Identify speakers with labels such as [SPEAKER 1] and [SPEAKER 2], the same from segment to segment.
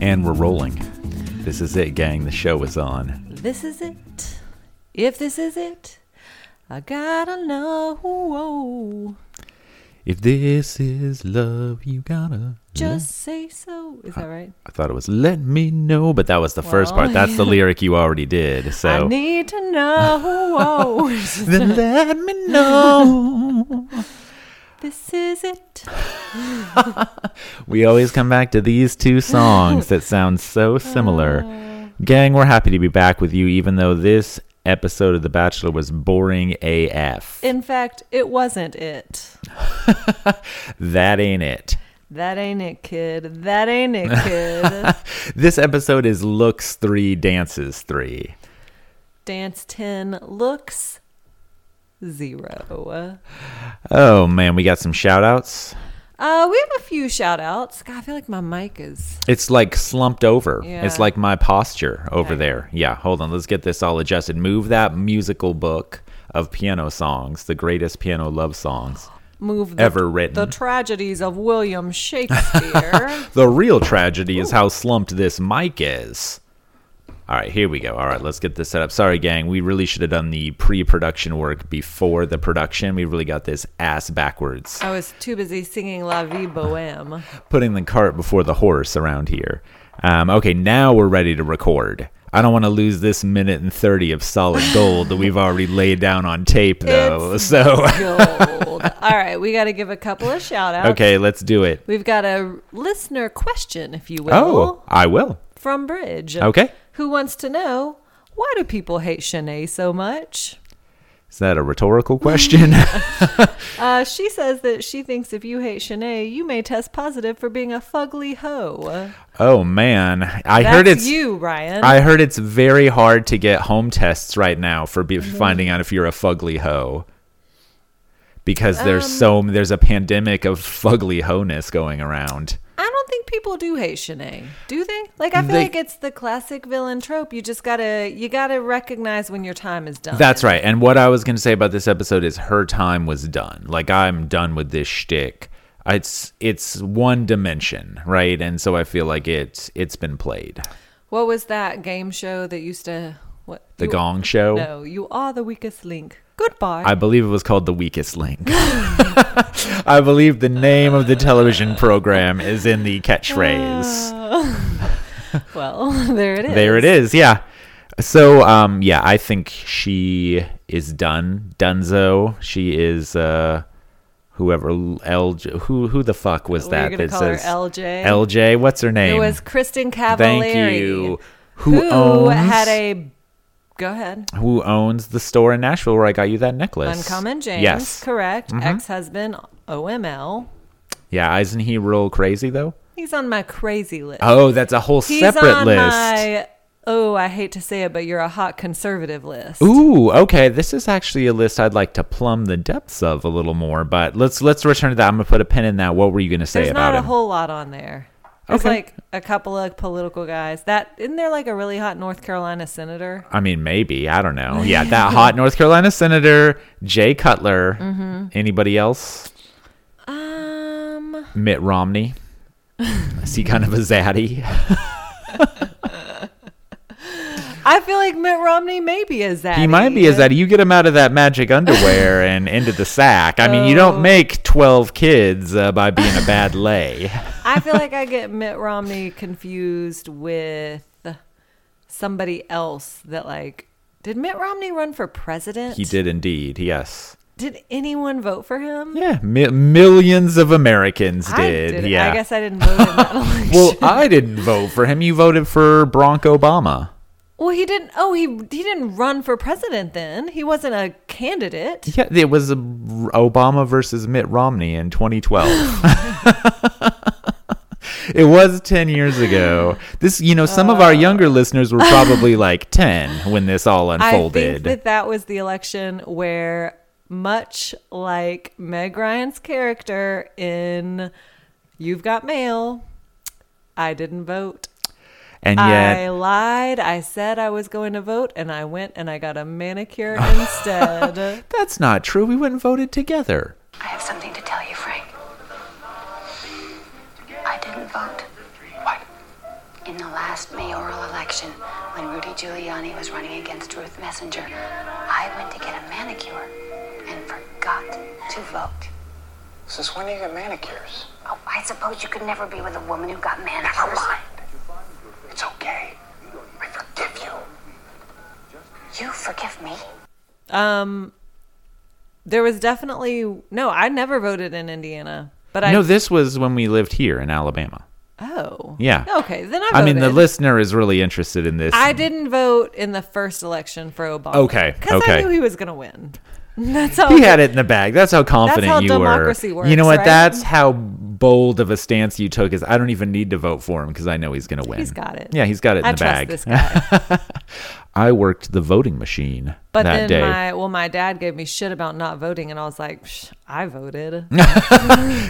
[SPEAKER 1] And we're rolling. This is it, gang. The show is on.
[SPEAKER 2] This is it. If this is it, I gotta know.
[SPEAKER 1] If this is love, you gotta.
[SPEAKER 2] Just say so. Is that right?
[SPEAKER 1] I thought it was let me know, but that was the first
[SPEAKER 2] Well,
[SPEAKER 1] part. That's the lyric you already did.
[SPEAKER 2] I
[SPEAKER 1] So
[SPEAKER 2] need to know.
[SPEAKER 1] then let me know.
[SPEAKER 2] this is it.
[SPEAKER 1] we always come back to these two songs that sound so
[SPEAKER 2] Uh.
[SPEAKER 1] similar. Gang, we're happy to be back with you, even though this episode of The Bachelor was boring AF.
[SPEAKER 2] In fact, it wasn't it.
[SPEAKER 1] that ain't it.
[SPEAKER 2] That ain't it, kid. That ain't it, kid.
[SPEAKER 1] This episode is Looks 3, Dances 3.
[SPEAKER 2] Dance 10 looks zero.
[SPEAKER 1] Oh man, we got some shout outs.
[SPEAKER 2] Uh, we have a few shout outs. God, I feel like my mic is.
[SPEAKER 1] It's like slumped over.
[SPEAKER 2] Yeah.
[SPEAKER 1] It's like my posture over
[SPEAKER 2] Okay.
[SPEAKER 1] there. Yeah, hold on. Let's get this all adjusted. Move that musical book of piano songs, the greatest piano love songs.
[SPEAKER 2] Move the,
[SPEAKER 1] Ever written.
[SPEAKER 2] The tragedies of William Shakespeare.
[SPEAKER 1] The real tragedy is how slumped this mic is. All right, here we go. All right, let's get this set up. Sorry, gang. We really should have done the pre production work before the production. We really got this ass backwards.
[SPEAKER 2] I was too busy singing La Vie Boheme.
[SPEAKER 1] putting the cart before the horse around here. Um, okay, now we're ready to record. I don't want to lose this minute and 30 of solid gold that we've already laid down on tape, though.
[SPEAKER 2] It's-
[SPEAKER 1] so,
[SPEAKER 2] gold. All right, we got to give a couple of shout outs.
[SPEAKER 1] okay, let's do it.
[SPEAKER 2] We've got a listener question, if you will,
[SPEAKER 1] Oh, I will.
[SPEAKER 2] from Bridge.
[SPEAKER 1] Okay.
[SPEAKER 2] Who wants to know why do people hate Shanae so much?
[SPEAKER 1] Is that a rhetorical question?
[SPEAKER 2] Uh, she says that she thinks if you hate Shanae, you may test positive for being a fugly hoe.
[SPEAKER 1] oh, man. I
[SPEAKER 2] That's
[SPEAKER 1] heard it's.
[SPEAKER 2] you, Ryan.
[SPEAKER 1] I heard it's very hard to get home tests right now for be-
[SPEAKER 2] Mm-hmm.
[SPEAKER 1] finding out if you're a fugly hoe. Because
[SPEAKER 2] Um,
[SPEAKER 1] there's so there's a pandemic of fugly honess going around.
[SPEAKER 2] I don't think people do hate Shanae, do they? Like I feel
[SPEAKER 1] They-
[SPEAKER 2] like it's the classic villain trope. You just gotta you gotta recognize when your time is done.
[SPEAKER 1] That's right. And what I was going to say about this episode is her time was done. Like I'm done with this shtick. It's it's one dimension, right? And so I feel like it's it's been played.
[SPEAKER 2] what was that game show that used to what
[SPEAKER 1] The
[SPEAKER 2] you-
[SPEAKER 1] Gong Show.
[SPEAKER 2] No, you are the weakest link. Goodbye.
[SPEAKER 1] I believe it was called The Weakest Link. I believe the name of the television program is in the catchphrase.
[SPEAKER 2] well, there it is.
[SPEAKER 1] There it is. Yeah. So um yeah, I think she is done. Dunzo. She is uh whoever L who who the fuck was
[SPEAKER 2] We're
[SPEAKER 1] that
[SPEAKER 2] gonna
[SPEAKER 1] that
[SPEAKER 2] call her
[SPEAKER 1] says
[SPEAKER 2] LJ.
[SPEAKER 1] LJ, what's her name?
[SPEAKER 2] It was Kristen Cavallari.
[SPEAKER 1] Thank you. Who,
[SPEAKER 2] Who,
[SPEAKER 1] owns
[SPEAKER 2] had a go ahead.
[SPEAKER 1] who owns the store in Nashville where I got you that necklace?
[SPEAKER 2] Uncommon James,
[SPEAKER 1] Yes. Mm-hmm.
[SPEAKER 2] correct. Ex-husband OML.
[SPEAKER 1] Yeah, isn't he real crazy though?
[SPEAKER 2] He's on my crazy list.
[SPEAKER 1] Oh, that's a whole
[SPEAKER 2] He's
[SPEAKER 1] separate
[SPEAKER 2] on
[SPEAKER 1] list.
[SPEAKER 2] my oh, I hate to say it, but you're a hot conservative list.
[SPEAKER 1] Ooh, okay. This is actually a list I'd like to plumb the depths of a little more, but let's let's return to that. I'm gonna put a pin in that. What were you gonna say
[SPEAKER 2] There's
[SPEAKER 1] about
[SPEAKER 2] not a
[SPEAKER 1] him?
[SPEAKER 2] whole lot on there. There's
[SPEAKER 1] Okay.
[SPEAKER 2] like a couple of political guys. That isn't there like a really hot North Carolina senator?
[SPEAKER 1] I mean, maybe I don't know. Yeah, that hot North Carolina senator Jay Cutler.
[SPEAKER 2] Mm-hmm.
[SPEAKER 1] Anybody else?
[SPEAKER 2] Um,
[SPEAKER 1] Mitt Romney. Is he kind of a zaddy?
[SPEAKER 2] I feel like Mitt Romney may be a zaddy.
[SPEAKER 1] He might be is that you get him out of that magic underwear and into the sack. I mean, you
[SPEAKER 2] Oh.
[SPEAKER 1] don't make 12 kids uh, by being a bad lay.
[SPEAKER 2] I feel like I get Mitt Romney confused with somebody else that like did Mitt Romney run for president?
[SPEAKER 1] He did indeed. Yes.
[SPEAKER 2] Did anyone vote for him?
[SPEAKER 1] Yeah, mi- millions of Americans
[SPEAKER 2] I
[SPEAKER 1] did.
[SPEAKER 2] didn't.
[SPEAKER 1] yeah.
[SPEAKER 2] I guess I didn't vote in that election.
[SPEAKER 1] well, I didn't vote for him. You voted for Barack Obama.
[SPEAKER 2] Well, he didn't. Oh, he he didn't run for president then. He wasn't a candidate.
[SPEAKER 1] Yeah, it was a, Obama versus Mitt Romney in 2012. it was 10 years ago. This, you know, some of our younger listeners were probably like 10 when this all
[SPEAKER 2] Uh. I think
[SPEAKER 1] unfolded.
[SPEAKER 2] that that was the election where, much like Meg Ryan's character in You've Got Mail, I didn't vote.
[SPEAKER 1] and yet,
[SPEAKER 2] I lied. I said I was going to vote, and I went and I got a manicure instead.
[SPEAKER 1] that's not true. We wouldn't voted together.
[SPEAKER 3] I have something to tell you, Frank. I didn't vote. What? In the last mayoral election, when Rudy Giuliani was running against Ruth Messenger, I went to get a manicure and forgot to vote.
[SPEAKER 4] Since when do you get manicures?
[SPEAKER 3] Oh, I suppose you could never be with a woman who got manicures.
[SPEAKER 4] Never mind. It's okay. I forgive you.
[SPEAKER 3] You forgive me?
[SPEAKER 2] um, there was definitely no. I never voted in Indiana, but I
[SPEAKER 1] no, this was when we lived here in Alabama.
[SPEAKER 2] oh
[SPEAKER 1] Yeah.
[SPEAKER 2] okay. Then I. Voted.
[SPEAKER 1] I mean, the listener is really interested in this.
[SPEAKER 2] I didn't vote in the first election for Obama.
[SPEAKER 1] Okay,
[SPEAKER 2] Because I
[SPEAKER 1] okay.
[SPEAKER 2] knew he was going to win. That's how.
[SPEAKER 1] he had it in the bag. That's how confident
[SPEAKER 2] how
[SPEAKER 1] you
[SPEAKER 2] democracy
[SPEAKER 1] were.
[SPEAKER 2] works,
[SPEAKER 1] you know what?
[SPEAKER 2] right?
[SPEAKER 1] That's how bold of a stance you took. Is I don't even need to vote for him because I know he's going to win.
[SPEAKER 2] He's got it.
[SPEAKER 1] Yeah, he's got it in
[SPEAKER 2] I
[SPEAKER 1] the
[SPEAKER 2] trust
[SPEAKER 1] bag.
[SPEAKER 2] this guy.
[SPEAKER 1] I worked the voting machine
[SPEAKER 2] But
[SPEAKER 1] that
[SPEAKER 2] then
[SPEAKER 1] day.
[SPEAKER 2] my well, my dad gave me shit about not voting, and I was like, Psh, I voted.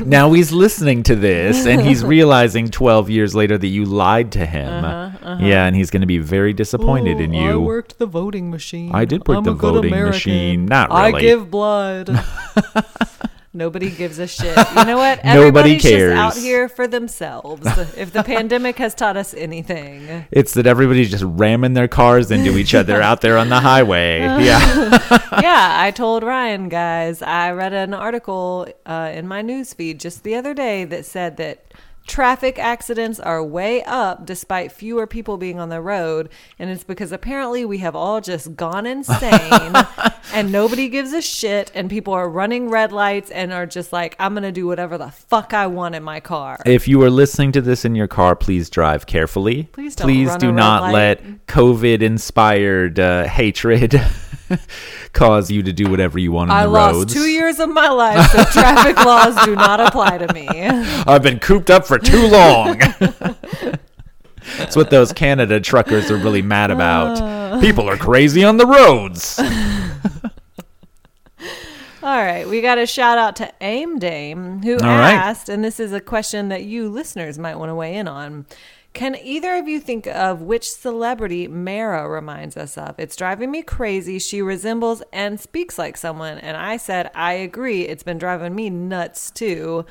[SPEAKER 1] now he's listening to this and he's realizing 12 years later that you lied to him. Yeah, and he's going to be very disappointed in you.
[SPEAKER 2] Uh-huh, Oh, I worked the voting machine.
[SPEAKER 1] I did work
[SPEAKER 2] I'm
[SPEAKER 1] the
[SPEAKER 2] a good
[SPEAKER 1] voting
[SPEAKER 2] American.
[SPEAKER 1] machine. Not
[SPEAKER 2] I
[SPEAKER 1] really.
[SPEAKER 2] give blood. Nobody gives a shit. You know what?
[SPEAKER 1] Nobody
[SPEAKER 2] Everybody's just out
[SPEAKER 1] cares.
[SPEAKER 2] here for themselves. if the pandemic has taught us anything,
[SPEAKER 1] It's that everybody's just ramming their cars into each other out there on the highway. Yeah.
[SPEAKER 2] yeah, I told Ryan, guys, I read an article uh, in my news feed just the other day that said that traffic accidents are way up despite fewer people being on the road. And it's because apparently we have all just gone insane and nobody gives a shit. And people are running red lights and are just like, I'm going to do whatever the fuck I want in my car.
[SPEAKER 1] if you are listening to this in your car, please drive carefully.
[SPEAKER 2] Please don't
[SPEAKER 1] please
[SPEAKER 2] run
[SPEAKER 1] do
[SPEAKER 2] a red
[SPEAKER 1] not
[SPEAKER 2] light.
[SPEAKER 1] let COVID inspired uh, hatred cause you to do whatever you want on
[SPEAKER 2] I
[SPEAKER 1] the
[SPEAKER 2] lost
[SPEAKER 1] roads.
[SPEAKER 2] two years of my life, so traffic laws do not apply to me.
[SPEAKER 1] I've been cooped up for too long. That's what those Canada truckers are really mad
[SPEAKER 2] Ah.
[SPEAKER 1] about. People are crazy on the roads.
[SPEAKER 2] All right, we got a shout out to Aim Dame who
[SPEAKER 1] right.
[SPEAKER 2] asked, and this is a question that you listeners might want to weigh in on. Can either of you think of which celebrity Mara reminds us of? It's driving me crazy. She resembles and speaks like someone. And I said, I agree. It's been driving me nuts too.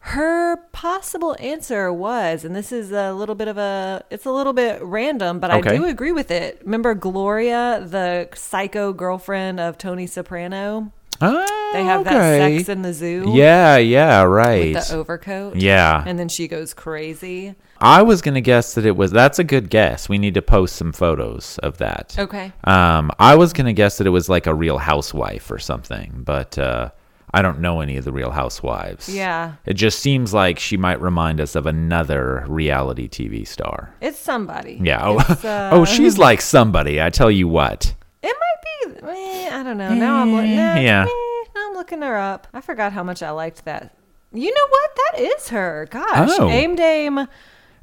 [SPEAKER 2] Her possible answer was, and this is a little bit of a, it's a little bit random, but I
[SPEAKER 1] Okay.
[SPEAKER 2] do agree with it. Remember Gloria, the psycho girlfriend of Tony Soprano? They have that sex in the zoo.
[SPEAKER 1] Yeah, yeah, right.
[SPEAKER 2] The overcoat.
[SPEAKER 1] Yeah.
[SPEAKER 2] And then she goes crazy.
[SPEAKER 1] I was gonna guess that it was. That's a good guess. We need to post some photos of that.
[SPEAKER 2] Okay.
[SPEAKER 1] Um, I was gonna guess that it was like a Real Housewife or something, but uh, I don't know any of the Real Housewives.
[SPEAKER 2] Yeah.
[SPEAKER 1] It just seems like she might remind us of another reality TV star.
[SPEAKER 2] It's somebody.
[SPEAKER 1] Yeah. Oh,
[SPEAKER 2] It's, uh,
[SPEAKER 1] oh, she's like somebody. I tell you what.
[SPEAKER 2] It might be. eh, I don't know. Now I'm looking.
[SPEAKER 1] Yeah.
[SPEAKER 2] yeah. now I'm looking her up. I forgot how much I liked that. You know what? That is her. Gosh.
[SPEAKER 1] Oh.
[SPEAKER 2] Aim Dame.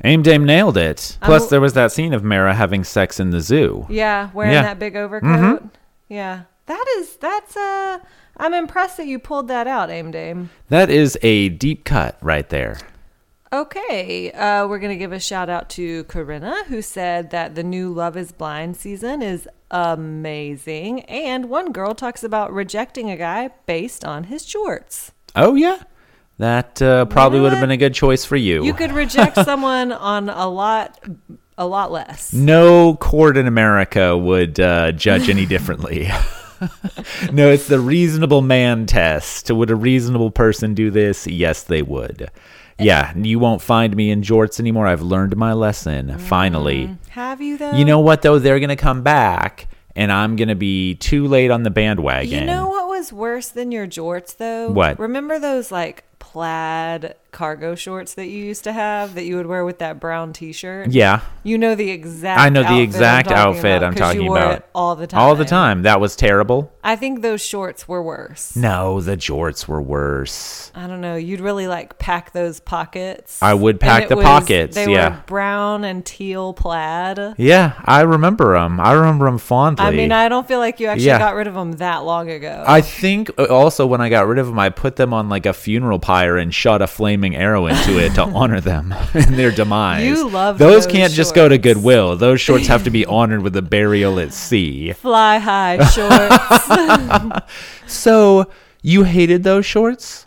[SPEAKER 1] Aim Dame nailed it. Plus,
[SPEAKER 2] I'm-
[SPEAKER 1] there was that scene of Mara having sex in the zoo.
[SPEAKER 2] Um, Yeah. Wearing
[SPEAKER 1] Yeah. Mm-hmm.
[SPEAKER 2] that big overcoat. Yeah. That is. That's Uh, I'm impressed that you pulled that out, Aim Dame.
[SPEAKER 1] That is a deep cut right there.
[SPEAKER 2] Okay, uh, we're going to give a shout out to Corinna, who said that the new Love is Blind season is amazing. And one girl talks about rejecting a guy based on his shorts.
[SPEAKER 1] Oh yeah, that uh, probably
[SPEAKER 2] know
[SPEAKER 1] would have
[SPEAKER 2] what?
[SPEAKER 1] been a good choice for you.
[SPEAKER 2] You could reject someone on a lot a lot less.
[SPEAKER 1] No court in America would uh, judge any differently. no, it's the reasonable man test. Would a reasonable person do this? Yes, they would. Yeah, you won't find me in jorts anymore. I've learned my lesson, finally.
[SPEAKER 2] Have you though?
[SPEAKER 1] You know what, though? They're going to come back, and I'm going to be too late on the bandwagon.
[SPEAKER 2] You know what was worse than your jorts though?
[SPEAKER 1] What?
[SPEAKER 2] Remember those like plaid cargo shorts that you used to have that you would wear with that brown t-shirt?
[SPEAKER 1] Yeah.
[SPEAKER 2] You know the exact
[SPEAKER 1] I know
[SPEAKER 2] outfit
[SPEAKER 1] the exact
[SPEAKER 2] I'm talking
[SPEAKER 1] outfit
[SPEAKER 2] about,
[SPEAKER 1] I'm
[SPEAKER 2] 'cause
[SPEAKER 1] talking
[SPEAKER 2] you wore
[SPEAKER 1] about.
[SPEAKER 2] it all the time.
[SPEAKER 1] All the time. That was terrible.
[SPEAKER 2] I think those shorts were worse.
[SPEAKER 1] No, the jorts were worse.
[SPEAKER 2] I don't know. You'd really like pack those pockets.
[SPEAKER 1] I would
[SPEAKER 2] And
[SPEAKER 1] pack
[SPEAKER 2] it
[SPEAKER 1] the
[SPEAKER 2] was-
[SPEAKER 1] pockets,
[SPEAKER 2] They
[SPEAKER 1] yeah.
[SPEAKER 2] were brown and teal plaid.
[SPEAKER 1] Yeah, I remember them. I remember them fondly.
[SPEAKER 2] I mean, I don't feel like you actually
[SPEAKER 1] Yeah.
[SPEAKER 2] got rid of them that long ago.
[SPEAKER 1] I think uh, also when I got rid of them, I put them on like a funeral pyre and shot a flaming arrow into it to honor them and their demise.
[SPEAKER 2] You loved
[SPEAKER 1] those.
[SPEAKER 2] those
[SPEAKER 1] can't just go to
[SPEAKER 2] shorts.
[SPEAKER 1] Goodwill. Those shorts have to be honored with a burial at sea.
[SPEAKER 2] Fly high shorts.
[SPEAKER 1] So you hated those shorts?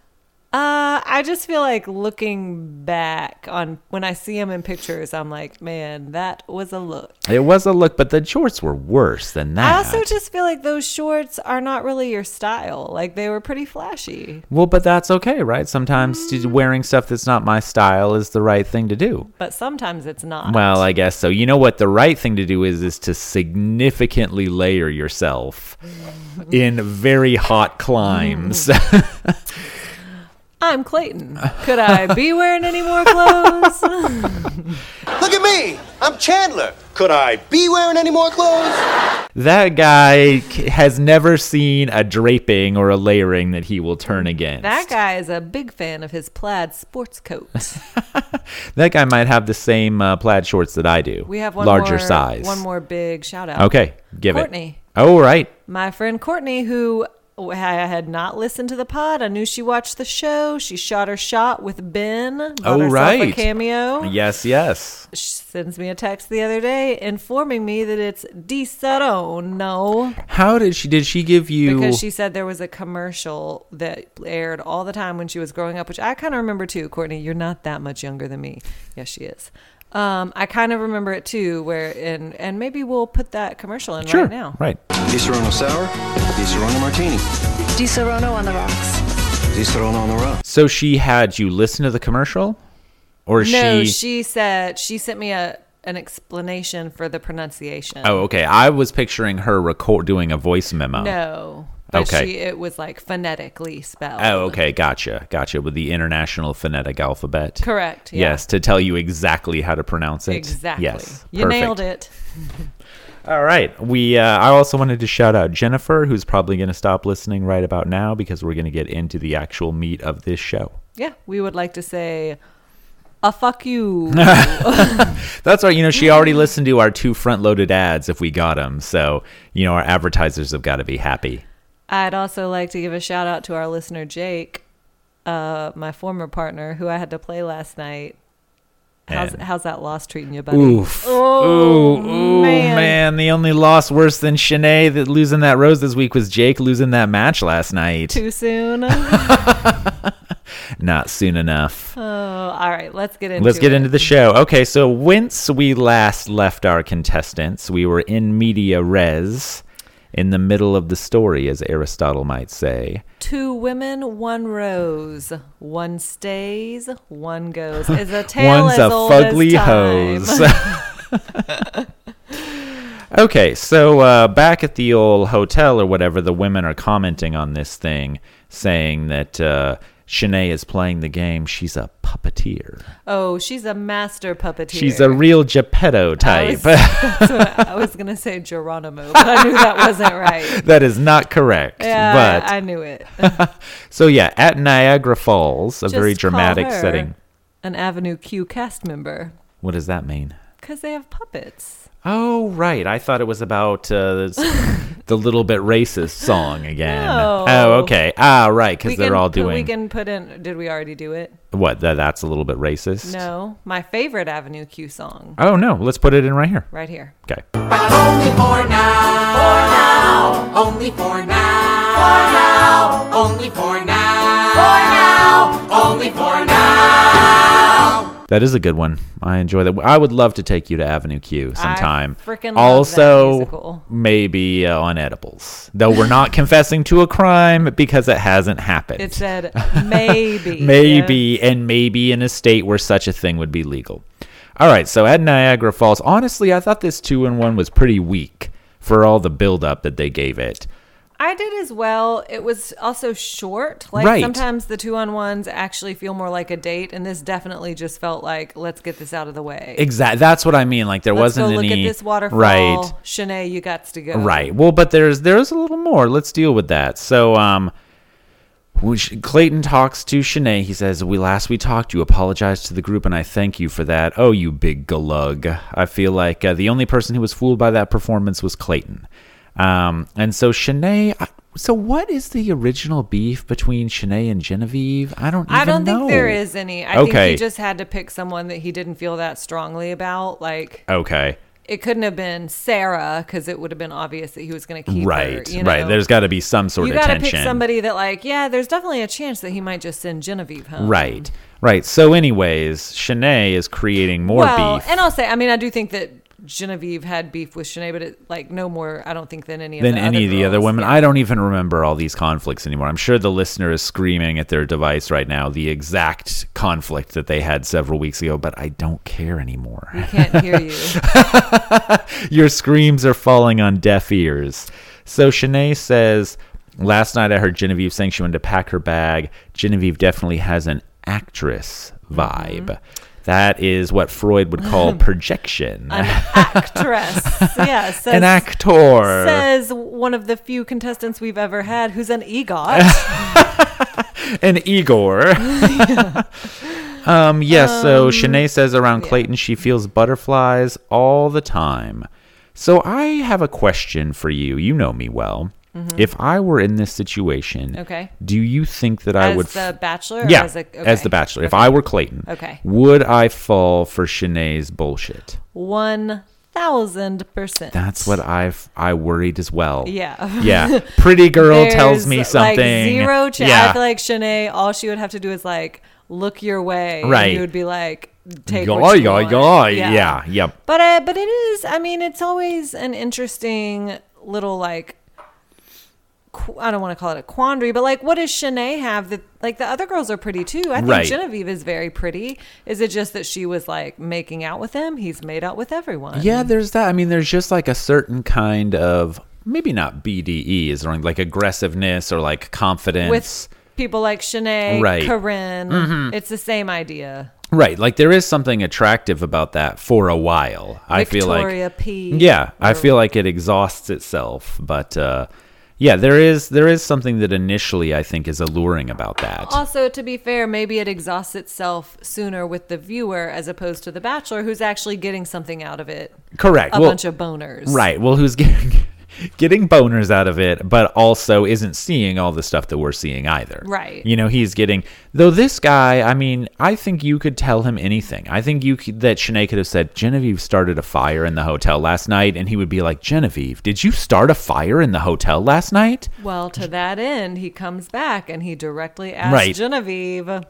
[SPEAKER 2] Uh, I just feel like looking back on when I see him in pictures, I'm like, man, that was a look.
[SPEAKER 1] It was a look, but the shorts were worse than that.
[SPEAKER 2] I also just feel like those shorts are not really your style. Like they were pretty flashy,
[SPEAKER 1] well, but that's okay, right? Sometimes
[SPEAKER 2] Mm.
[SPEAKER 1] wearing stuff that's not my style is the right thing to do.
[SPEAKER 2] but sometimes it's not.
[SPEAKER 1] Well, I guess so. You know what the right thing to do is is to significantly layer yourself
[SPEAKER 2] Mm-hmm.
[SPEAKER 1] in very hot climbs.
[SPEAKER 2] Mm. I'm Clayton. Could I be wearing any more clothes?
[SPEAKER 5] Look at me! I'm Chandler! Could I be wearing any more clothes?
[SPEAKER 1] that guy c- has never seen a draping or a layering that he will turn against.
[SPEAKER 2] Mm. that guy is a big fan of his plaid sports coat.
[SPEAKER 1] That guy might have the same uh, plaid shorts that I do.
[SPEAKER 2] We have one
[SPEAKER 1] larger
[SPEAKER 2] more,
[SPEAKER 1] size.
[SPEAKER 2] One more big shout out.
[SPEAKER 1] Okay, give
[SPEAKER 2] Courtney.
[SPEAKER 1] it. Oh, right.
[SPEAKER 2] My friend Courtney, who I had not listened to the pod, I knew she watched the show. She shot her shot with Ben. bought
[SPEAKER 1] Oh,
[SPEAKER 2] herself A
[SPEAKER 1] right.
[SPEAKER 2] cameo.
[SPEAKER 1] Yes, yes.
[SPEAKER 2] She sends me a text the other day informing me that it's Di Serono
[SPEAKER 1] How did she did she give you
[SPEAKER 2] because she said there was a commercial that aired all the time when she was growing up, which I kind of remember too. Courtney, you're not that much younger than me. Yes, she is. Um, I kind of remember it too, where and and maybe we'll put that commercial in
[SPEAKER 1] Sure.
[SPEAKER 2] right now.
[SPEAKER 1] Right.
[SPEAKER 5] Di Serrano sour, Di Serrano martini,
[SPEAKER 6] Di Serrano on the rocks.
[SPEAKER 5] Di Serrano on the rocks.
[SPEAKER 1] So she had you listen to the commercial? Or
[SPEAKER 2] No, she, said she sent me a an explanation for the pronunciation.
[SPEAKER 1] Oh, okay. I was picturing her record doing a voice memo.
[SPEAKER 2] no. But
[SPEAKER 1] Okay.
[SPEAKER 2] she it was like phonetically spelled.
[SPEAKER 1] Oh, okay. Gotcha. Gotcha. With the International Phonetic Alphabet.
[SPEAKER 2] Correct. yeah.
[SPEAKER 1] Yes, to tell you exactly how to pronounce it.
[SPEAKER 2] Exactly.
[SPEAKER 1] Yes.
[SPEAKER 2] You nailed
[SPEAKER 1] perfect.
[SPEAKER 2] it.
[SPEAKER 1] All right. We. Uh, I also wanted to shout out Jennifer, who's probably going to stop listening right about now because we're going to get into the actual meat of this show.
[SPEAKER 2] Yeah. We would like to say a fuck you.
[SPEAKER 1] That's right. You know, she
[SPEAKER 2] Mm.
[SPEAKER 1] already listened to our two front-loaded ads if we got them. So you know, our advertisers have got to be happy.
[SPEAKER 2] I'd also like to give a shout out to our listener Jake, uh, my former partner who I had to play last night. How's,
[SPEAKER 1] And-
[SPEAKER 2] how's that loss treating you, buddy?
[SPEAKER 1] Oof.
[SPEAKER 2] Oh,
[SPEAKER 1] Ooh, ooh, man. The only loss worse than Shanae that losing that rose this week was Jake losing that match last night.
[SPEAKER 2] Too soon.
[SPEAKER 1] Not soon enough.
[SPEAKER 2] Oh, all right. Let's get into
[SPEAKER 1] Let's get
[SPEAKER 2] it.
[SPEAKER 1] into the show. Okay, so whence we last left our contestants, we were in media res, in the middle of the story, as Aristotle might say.
[SPEAKER 2] Two women, one rose. One stays, one goes. Is a tale
[SPEAKER 1] One's
[SPEAKER 2] as
[SPEAKER 1] a
[SPEAKER 2] old as
[SPEAKER 1] fugly
[SPEAKER 2] time.
[SPEAKER 1] hose. okay, so uh, back at the old hotel or whatever, the women are commenting on this thing, saying that uh, Shanae is playing the game. She's a puppeteer.
[SPEAKER 2] Oh, she's a master puppeteer.
[SPEAKER 1] She's a real Geppetto
[SPEAKER 2] I
[SPEAKER 1] type.
[SPEAKER 2] was, that's what I was gonna say Geronimo, but I knew that wasn't right.
[SPEAKER 1] that is not correct.
[SPEAKER 2] Yeah,
[SPEAKER 1] but
[SPEAKER 2] I knew it.
[SPEAKER 1] so yeah, at Niagara Falls, a
[SPEAKER 2] Just
[SPEAKER 1] very
[SPEAKER 2] call
[SPEAKER 1] dramatic
[SPEAKER 2] her
[SPEAKER 1] setting.
[SPEAKER 2] An Avenue Q cast member,
[SPEAKER 1] What does that mean?
[SPEAKER 2] because they have puppets.
[SPEAKER 1] Oh right, I thought it was about uh, s- the little bit racist song again.
[SPEAKER 2] No.
[SPEAKER 1] Oh okay, ah right, because
[SPEAKER 2] We
[SPEAKER 1] they're
[SPEAKER 2] can
[SPEAKER 1] all
[SPEAKER 2] put-
[SPEAKER 1] doing
[SPEAKER 2] We can put in. Did we already do it?
[SPEAKER 1] what? That, that's a little bit racist.
[SPEAKER 2] No, my favorite Avenue Q song,
[SPEAKER 1] Oh no, let's put it in right here.
[SPEAKER 2] right here.
[SPEAKER 1] Okay. That is a good one. I enjoy that. I would love to take you to Avenue Q sometime.
[SPEAKER 2] freaking love that
[SPEAKER 1] also
[SPEAKER 2] musical.
[SPEAKER 1] maybe uh, on edibles, though we're not confessing to a crime because it hasn't happened.
[SPEAKER 2] It said maybe.
[SPEAKER 1] maybe and maybe in a state where such a thing would be legal. All right, so at Niagara Falls, honestly, I thought this two and one was pretty weak for all the buildup that they gave it.
[SPEAKER 2] I did as well. It was also short. Like
[SPEAKER 1] Right.
[SPEAKER 2] sometimes the two on ones actually feel more like a date, and this definitely just felt like let's get this out of the way.
[SPEAKER 1] Exactly, that's what I mean. Like there
[SPEAKER 2] Let's
[SPEAKER 1] wasn't
[SPEAKER 2] go look
[SPEAKER 1] any
[SPEAKER 2] at this waterfall,
[SPEAKER 1] Right,
[SPEAKER 2] Shanae, you got to go.
[SPEAKER 1] Right. Well, but there's there's a little more. Let's deal with that. So, um, we sh- Clayton talks to Shanae. He says, "We last we talked, you apologized to the group, and I thank you for that. Oh, you big galug! I feel like uh, the only person who was fooled by that performance was Clayton. Um, and so Shanae. I, so, what is the original beef between Shanae and Genevieve? I don't. Even
[SPEAKER 2] I don't think
[SPEAKER 1] know.
[SPEAKER 2] there is any. I think
[SPEAKER 1] Okay.
[SPEAKER 2] he just had to pick someone that he didn't feel that strongly about. Like
[SPEAKER 1] Okay.
[SPEAKER 2] it couldn't have been Sarah because it would have been obvious that he was going to keep her,
[SPEAKER 1] Right.
[SPEAKER 2] you
[SPEAKER 1] Right.
[SPEAKER 2] know?
[SPEAKER 1] There's got to be some sort
[SPEAKER 2] you
[SPEAKER 1] of
[SPEAKER 2] gotta
[SPEAKER 1] tension.
[SPEAKER 2] pick somebody that like yeah. There's definitely a chance that he might just send Genevieve home.
[SPEAKER 1] Right. Right. So, anyways, Shanae is creating more
[SPEAKER 2] well,
[SPEAKER 1] beef
[SPEAKER 2] and I'll say, I mean, I do think that Genevieve had beef with Shanae, but it, like no more, I don't think than any of
[SPEAKER 1] than
[SPEAKER 2] the
[SPEAKER 1] any
[SPEAKER 2] other
[SPEAKER 1] of the other
[SPEAKER 2] girls.
[SPEAKER 1] women.
[SPEAKER 2] Yeah.
[SPEAKER 1] I don't even remember all these conflicts anymore. I'm sure the listener is screaming at their device right now the exact conflict that they had several weeks ago, but I don't care anymore.
[SPEAKER 2] can't hear you.
[SPEAKER 1] Your screams are falling on deaf ears. So, Shanae says, Last night I heard Genevieve saying she wanted to pack her bag. Genevieve definitely has an actress
[SPEAKER 2] Mm-hmm.
[SPEAKER 1] vibe. That is what Freud would call projection.
[SPEAKER 2] Actress, yeah, says,
[SPEAKER 1] an actor.
[SPEAKER 2] says one of the few contestants we've ever had who's an EGOT.
[SPEAKER 1] and Igor. um, yes. so Shanae says around Clayton, she feels butterflies all the time. So I have a question for you. You know me well. If I were in this situation,
[SPEAKER 2] Mm-hmm. Okay.
[SPEAKER 1] do you think that I
[SPEAKER 2] As
[SPEAKER 1] would?
[SPEAKER 2] the
[SPEAKER 1] f-
[SPEAKER 2] Bachelor or
[SPEAKER 1] yeah,
[SPEAKER 2] as a-
[SPEAKER 1] as the
[SPEAKER 2] okay.
[SPEAKER 1] Bachelor. If I were Clayton,
[SPEAKER 2] Okay.
[SPEAKER 1] would I fall for Shanae's bullshit?
[SPEAKER 2] One thousand percent.
[SPEAKER 1] That's what I've I worried as well.
[SPEAKER 2] Yeah.
[SPEAKER 1] yeah. Pretty girl tells
[SPEAKER 2] There's,
[SPEAKER 1] me
[SPEAKER 2] like,
[SPEAKER 1] something.
[SPEAKER 2] zero chance.
[SPEAKER 1] Yeah.
[SPEAKER 2] I feel like Shanae, all she would have to do is like look your way.
[SPEAKER 1] Right.
[SPEAKER 2] And you would be like, take.
[SPEAKER 1] Yoy,
[SPEAKER 2] what you
[SPEAKER 1] yoy,
[SPEAKER 2] want.
[SPEAKER 1] yoy. Yeah. Yep.
[SPEAKER 2] But uh, but it is. I mean, it's always an interesting little like. qu- I don't want to call it a quandary, but like, what does Shanae have that like the other girls are pretty too? I think
[SPEAKER 1] Right.
[SPEAKER 2] Genevieve is very pretty. Is it just that she was like making out with him? He's made out with everyone.
[SPEAKER 1] Yeah, there's that. I mean, there's just like a certain kind of maybe not BDE is there like aggressiveness or like confidence.
[SPEAKER 2] with people like Shanae,
[SPEAKER 1] Right. Mm-hmm.
[SPEAKER 2] Corinne. It's the same idea.
[SPEAKER 1] right, like there is something attractive about that for a while. I feel like
[SPEAKER 2] Victoria P.
[SPEAKER 1] Yeah, I feel like it exhausts itself, but uh yeah, there is there is something that initially I think is alluring about that.
[SPEAKER 2] Also, to be fair, maybe it exhausts itself sooner with the viewer as opposed to the bachelor, who's actually getting something out of it.
[SPEAKER 1] Correct.
[SPEAKER 2] A
[SPEAKER 1] Well,
[SPEAKER 2] bunch of boners.
[SPEAKER 1] Right. Well, who's getting getting boners out of it, but also isn't seeing all the stuff that we're seeing either.
[SPEAKER 2] Right.
[SPEAKER 1] You know, he's getting though this guy. I mean, I think you could tell him anything. I think you could, that Shanae could have said Genevieve started a fire in the hotel last night, and he would be like, Genevieve, did you start a fire in the hotel last night?
[SPEAKER 2] Well, to that end, he comes back and he directly asks
[SPEAKER 1] Right.
[SPEAKER 2] Genevieve,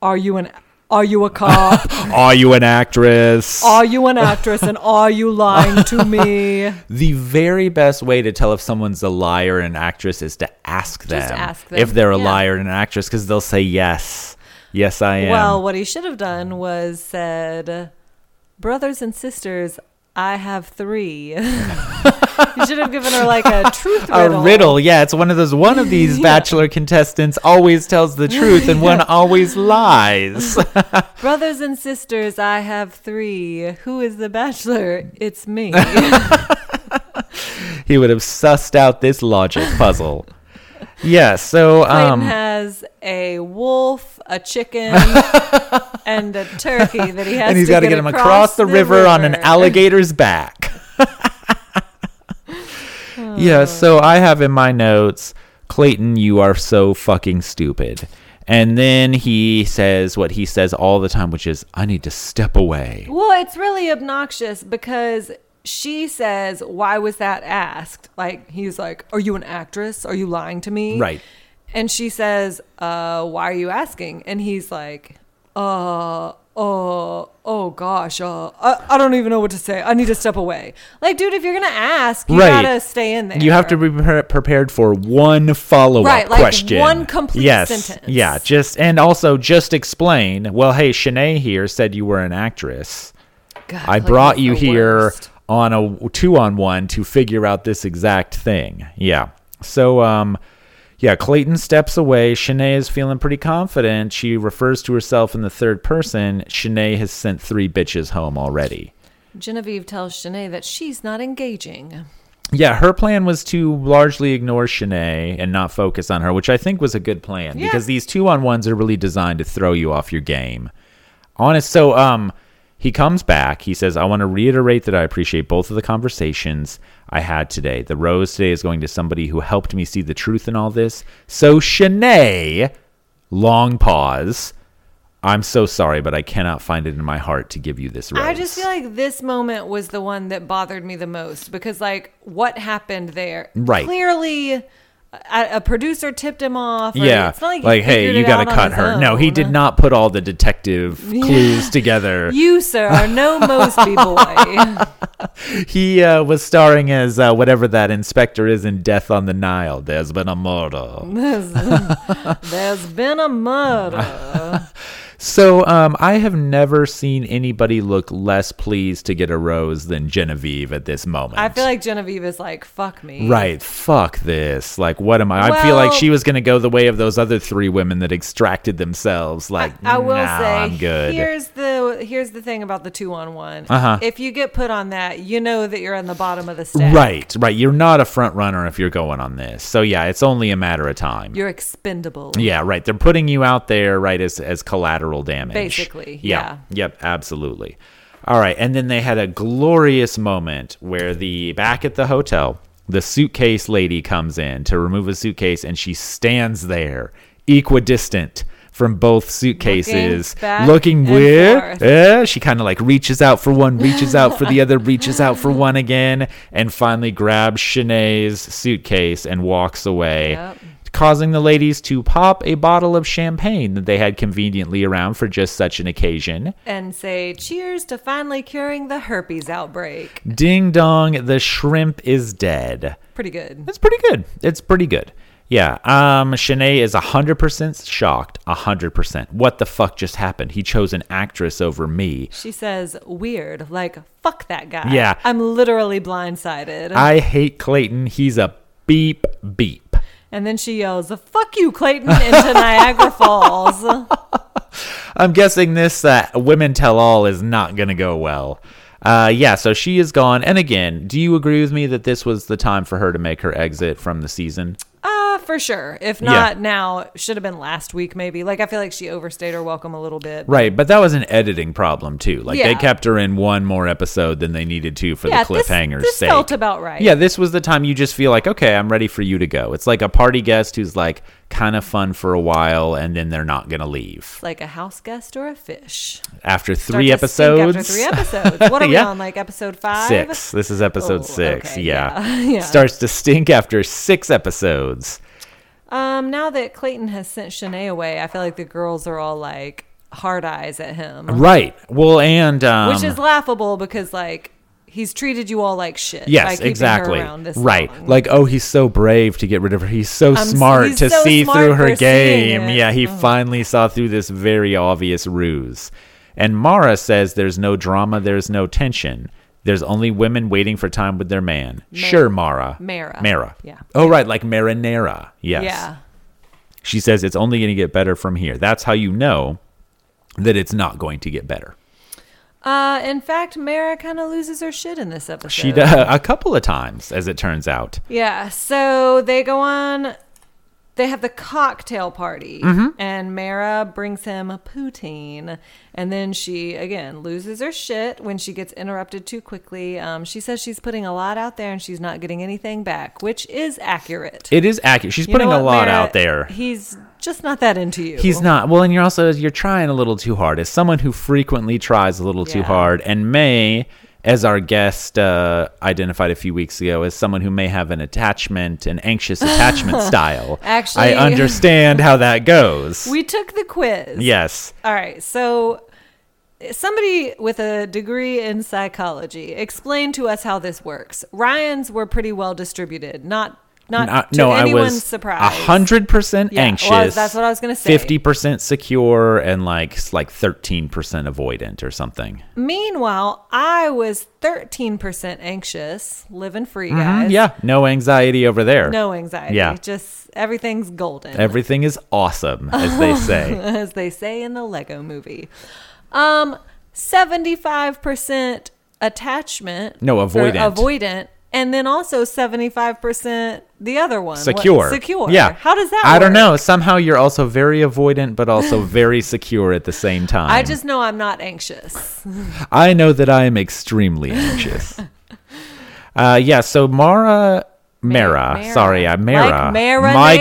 [SPEAKER 2] Are you an are you a cop?
[SPEAKER 1] Are you an actress?
[SPEAKER 2] are you an actress? And are you lying to me?
[SPEAKER 1] the very best way to tell if someone's a liar and an actress is to ask them,
[SPEAKER 2] ask them,
[SPEAKER 1] if they're a
[SPEAKER 2] yeah.
[SPEAKER 1] liar and an actress because they'll say yes. Yes, I am.
[SPEAKER 2] Well, what he should have done was said, "Brothers and sisters, I have three. you should have given her like a truth
[SPEAKER 1] a
[SPEAKER 2] riddle.
[SPEAKER 1] riddle. Yeah, it's one of those. One of these bachelor contestants always tells the truth, and one always lies.
[SPEAKER 2] Brothers and sisters, I have three. Who is the bachelor? It's me.
[SPEAKER 1] he would have sussed out this logic puzzle. yeah. So,
[SPEAKER 2] Clayton
[SPEAKER 1] um,
[SPEAKER 2] has a wolf, a chicken, and a turkey that he has.
[SPEAKER 1] and he's
[SPEAKER 2] to
[SPEAKER 1] got to
[SPEAKER 2] get,
[SPEAKER 1] get him across the, river, on an
[SPEAKER 2] river.
[SPEAKER 1] alligator's back. yeah.
[SPEAKER 2] Oh.
[SPEAKER 1] So I have in my notes, Clayton, you are so fucking stupid. And then he says what he says all the time, which is, "I need to step away."
[SPEAKER 2] Well, it's really obnoxious because she says, Why was that asked? Like, he's like, Are you an actress? Are you lying to me?
[SPEAKER 1] Right.
[SPEAKER 2] And she says, uh, Why are you asking? And he's like, Uh, oh, oh gosh, uh, I, I don't even know what to say. I need to step away. Like, dude, if you're gonna ask, you
[SPEAKER 1] right.
[SPEAKER 2] gotta stay in there.
[SPEAKER 1] You have to be pre- prepared for one follow up
[SPEAKER 2] Right, like
[SPEAKER 1] question.
[SPEAKER 2] one complete
[SPEAKER 1] yes.
[SPEAKER 2] sentence.
[SPEAKER 1] Yeah. Just and also just explain. Well, hey, Shanae here said you were an actress.
[SPEAKER 2] God,
[SPEAKER 1] I
[SPEAKER 2] like,
[SPEAKER 1] brought
[SPEAKER 2] that's
[SPEAKER 1] you
[SPEAKER 2] the
[SPEAKER 1] here
[SPEAKER 2] worst.
[SPEAKER 1] on a two on one to figure out this exact thing. Yeah. So, um, yeah, Clayton steps away. Shanae is feeling pretty confident. She refers to herself in the third person. Shanae has sent three bitches home already.
[SPEAKER 2] Genevieve tells Shanae that she's not engaging.
[SPEAKER 1] Yeah, her plan was to largely ignore Shanae and not focus on her, which I think was a good plan because these two on ones are really designed to throw you off your game. Honest, so um, he comes back. He says, "I want to reiterate that I appreciate both of the conversations I had today. The rose today is going to somebody who helped me see the truth in all this." So Shanae, long pause. I'm so sorry, but I cannot find it in my heart to give you this rose.
[SPEAKER 2] I just feel like this moment was the one that bothered me the most because, like, what happened there?
[SPEAKER 1] Right.
[SPEAKER 2] Clearly, a, a producer tipped him off. or
[SPEAKER 1] Yeah,
[SPEAKER 2] it's not like,
[SPEAKER 1] like,
[SPEAKER 2] he
[SPEAKER 1] hey,
[SPEAKER 2] figured
[SPEAKER 1] you
[SPEAKER 2] it
[SPEAKER 1] got
[SPEAKER 2] out
[SPEAKER 1] to
[SPEAKER 2] on
[SPEAKER 1] cut
[SPEAKER 2] his
[SPEAKER 1] her. No, he
[SPEAKER 2] own.
[SPEAKER 1] did not put all the detective clues together.
[SPEAKER 2] You, sir, are no Mosby boy.
[SPEAKER 1] He uh, was starring as uh, whatever that inspector is in Death on the Nile. There's been a murder.
[SPEAKER 2] There's been a murder.
[SPEAKER 1] So um, I have never seen anybody look less pleased to get a rose than Genevieve at this moment.
[SPEAKER 2] I feel like Genevieve is like, fuck me.
[SPEAKER 1] Right, fuck this. Like, what am I? I feel like
[SPEAKER 2] Well-
[SPEAKER 1] she was going to go the way of those other three women that extracted themselves. Like,
[SPEAKER 2] I will
[SPEAKER 1] "Nah,
[SPEAKER 2] say,
[SPEAKER 1] I'm good.
[SPEAKER 2] here's the here's the thing about the two on one.
[SPEAKER 1] Uh-huh.
[SPEAKER 2] If you get put on that, you know that you're on the bottom of the stack.
[SPEAKER 1] Right, right. You're not a front runner if you're going on this. So yeah, it's only a matter of time.
[SPEAKER 2] You're expendable.
[SPEAKER 1] yeah, right. They're putting you out there, right, as as collateral damage.
[SPEAKER 2] Basically, yeah.
[SPEAKER 1] Yep. Absolutely. All right. And then they had a glorious moment where the back at the hotel, the suitcase lady comes in to remove a suitcase, and she stands there, equidistant from both suitcases,
[SPEAKER 2] back and
[SPEAKER 1] weird.
[SPEAKER 2] forth.
[SPEAKER 1] Yeah, she kind of like reaches out for one, reaches out for the other, reaches out for one again, and finally grabs Shanae's suitcase and walks away,
[SPEAKER 2] Yep.
[SPEAKER 1] causing the ladies to pop a bottle of champagne that they had conveniently around for just such an occasion.
[SPEAKER 2] and say cheers to finally curing the herpes outbreak.
[SPEAKER 1] Ding dong, the shrimp is dead.
[SPEAKER 2] Pretty good.
[SPEAKER 1] It's pretty good. It's pretty good. Yeah. Um, Shanae is 100% shocked. 100%. What the fuck just happened? He chose an actress over me.
[SPEAKER 2] She says, weird, like, fuck that guy.
[SPEAKER 1] Yeah.
[SPEAKER 2] I'm literally blindsided.
[SPEAKER 1] I hate Clayton. He's a beep beep.
[SPEAKER 2] and then she yells, fuck you, Clayton, into Niagara Falls.
[SPEAKER 1] I'm guessing this uh, women tell all is not going to go well. Uh, yeah, so she is gone. And again, do you agree with me that this was the time for her to make her exit from the season?
[SPEAKER 2] Uh, for sure. If not now, should have been last week, maybe. Like, I feel like she overstayed her welcome a little bit.
[SPEAKER 1] Right, but that was an editing problem too. Like they
[SPEAKER 2] Yeah.
[SPEAKER 1] kept her in one more episode than they needed to for
[SPEAKER 2] Yeah,
[SPEAKER 1] the
[SPEAKER 2] this-
[SPEAKER 1] cliffhanger's
[SPEAKER 2] this
[SPEAKER 1] sake.
[SPEAKER 2] felt about right.
[SPEAKER 1] Yeah, this was the time you just feel like, okay, I'm ready for you to go. It's like a party guest who's like kind of fun for a while and then they're not going to leave.
[SPEAKER 2] Like a house guest or a fish.
[SPEAKER 1] After
[SPEAKER 2] Start
[SPEAKER 1] three
[SPEAKER 2] to sink
[SPEAKER 1] episodes.
[SPEAKER 2] After three episodes. What are we
[SPEAKER 1] Yeah.
[SPEAKER 2] on? Like episode five?
[SPEAKER 1] six. This is episode
[SPEAKER 2] Oh,
[SPEAKER 1] six.
[SPEAKER 2] okay,
[SPEAKER 1] yeah.
[SPEAKER 2] yeah, yeah.
[SPEAKER 1] Starts to stink after six episodes.
[SPEAKER 2] Um, now that Clayton has sent Shanae away, I feel like the girls are all like hard eyes at him,
[SPEAKER 1] Right. Well, and um,
[SPEAKER 2] which is laughable because like he's treated you all like shit. by
[SPEAKER 1] yes,
[SPEAKER 2] keeping her
[SPEAKER 1] exactly.
[SPEAKER 2] around this
[SPEAKER 1] Right.
[SPEAKER 2] long.
[SPEAKER 1] Like, oh, he's so brave to get rid of her. He's so
[SPEAKER 2] s-
[SPEAKER 1] smart
[SPEAKER 2] he's
[SPEAKER 1] to
[SPEAKER 2] so
[SPEAKER 1] see
[SPEAKER 2] smart
[SPEAKER 1] through
[SPEAKER 2] for
[SPEAKER 1] her
[SPEAKER 2] seeing
[SPEAKER 1] game.
[SPEAKER 2] it. Uh-huh.
[SPEAKER 1] Yeah, he finally saw through this very obvious ruse. And Mara says, "There's no drama. There's no tension." There's only women waiting for time with their man. Sure, Mara.
[SPEAKER 2] Mara.
[SPEAKER 1] Mara.
[SPEAKER 2] Yeah.
[SPEAKER 1] Oh, right. Like marinara. Yes.
[SPEAKER 2] yeah,
[SPEAKER 1] She says it's only going to get better from here. That's how you know that it's not going to get better.
[SPEAKER 2] uh, in fact, Mara kind of loses her shit in this episode.
[SPEAKER 1] She does a couple of times, as it turns out.
[SPEAKER 2] Yeah, so they go on. They have the cocktail party,
[SPEAKER 1] Mm-hmm.
[SPEAKER 2] and Mara brings him poutine, and then she again loses her shit when she gets interrupted too quickly. Um, she says she's putting a lot out there, and she's not getting anything back, which is accurate.
[SPEAKER 1] It is accurate. She's
[SPEAKER 2] You know
[SPEAKER 1] putting a
[SPEAKER 2] what,
[SPEAKER 1] lot
[SPEAKER 2] Mara?
[SPEAKER 1] out there.
[SPEAKER 2] He's just not that into you.
[SPEAKER 1] He's not well, and you're also you're trying a little too hard. As someone who frequently tries a little too
[SPEAKER 2] Yeah.
[SPEAKER 1] hard, and May, as our guest uh, identified a few weeks ago, as someone who may have an attachment, an anxious attachment style.
[SPEAKER 2] Actually-
[SPEAKER 1] I understand how that goes.
[SPEAKER 2] We took the quiz.
[SPEAKER 1] yes.
[SPEAKER 2] All right, so eh, Somebody with a degree in psychology, explain to us how this works. Ryan's were pretty well distributed. Not not
[SPEAKER 1] Not-
[SPEAKER 2] to
[SPEAKER 1] no, I
[SPEAKER 2] anyone's
[SPEAKER 1] was
[SPEAKER 2] surprise.
[SPEAKER 1] hundred percent
[SPEAKER 2] Yeah, well,
[SPEAKER 1] anxious.
[SPEAKER 2] that's what I was gonna say.
[SPEAKER 1] Fifty percent secure and like s- like thirteen percent avoidant or something.
[SPEAKER 2] Meanwhile, I was 13% anxious, living free, guys.
[SPEAKER 1] Mm-hmm, Yeah, no anxiety over there.
[SPEAKER 2] No anxiety.
[SPEAKER 1] Yeah.
[SPEAKER 2] Just everything's golden.
[SPEAKER 1] Everything is awesome, as they say.
[SPEAKER 2] as they say in the Lego movie. Um, 75% attachment.
[SPEAKER 1] No,
[SPEAKER 2] or
[SPEAKER 1] avoidant.
[SPEAKER 2] Avoidant. And then also 75% the other one. what-
[SPEAKER 1] Secure.
[SPEAKER 2] secure.
[SPEAKER 1] Yeah.
[SPEAKER 2] How does that
[SPEAKER 1] I don't
[SPEAKER 2] work?
[SPEAKER 1] know. Somehow you're also very avoidant, but also very secure at the same time.
[SPEAKER 2] I just know I'm not anxious.
[SPEAKER 1] I know that I am extremely anxious. uh, yeah, so Mara. Mara,
[SPEAKER 2] Mara.
[SPEAKER 1] sorry, uh, Mara.
[SPEAKER 2] Mike Marinara.
[SPEAKER 1] Mike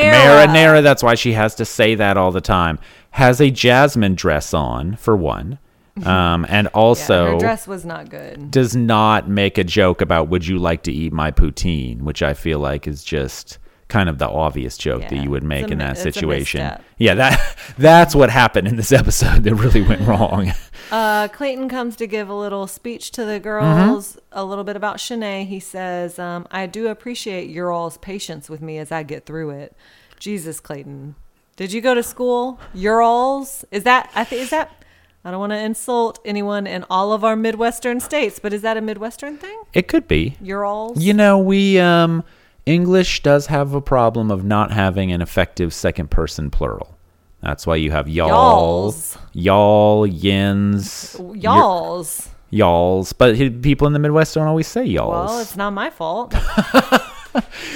[SPEAKER 1] Marinara, that's why she has to say that all the time. Has a jasmine dress on, for one. Um, and also
[SPEAKER 2] Her dress was not good.
[SPEAKER 1] does not make a joke about would you like to eat my poutine, which I feel like is just kind of the obvious joke that
[SPEAKER 2] Yeah,
[SPEAKER 1] you would
[SPEAKER 2] it's
[SPEAKER 1] make
[SPEAKER 2] a
[SPEAKER 1] in
[SPEAKER 2] mi-
[SPEAKER 1] that
[SPEAKER 2] it's a
[SPEAKER 1] situation.
[SPEAKER 2] misstep.
[SPEAKER 1] Yeah, that that's what happened in this episode that really went wrong.
[SPEAKER 2] Uh, Clayton comes to give a little speech to the
[SPEAKER 1] Mm-hmm.
[SPEAKER 2] girls, a little bit about Shanae. He says, um, I do appreciate your all's patience with me as I get through it. Jesus, Clayton. Did you go to school? Your all's? Is that, I think, is that, I don't want to insult anyone in all of our Midwestern states, but is that a Midwestern thing?
[SPEAKER 1] it could be.
[SPEAKER 2] Your all's?
[SPEAKER 1] You know, we um English does have a problem of not having an effective second person plural. That's why you have y'all,
[SPEAKER 2] Y'alls.
[SPEAKER 1] y'all, yins, y'all,
[SPEAKER 2] Y'all's.
[SPEAKER 1] y'alls. But he- people in the Midwest don't always say y'alls.
[SPEAKER 2] Well, it's not my fault.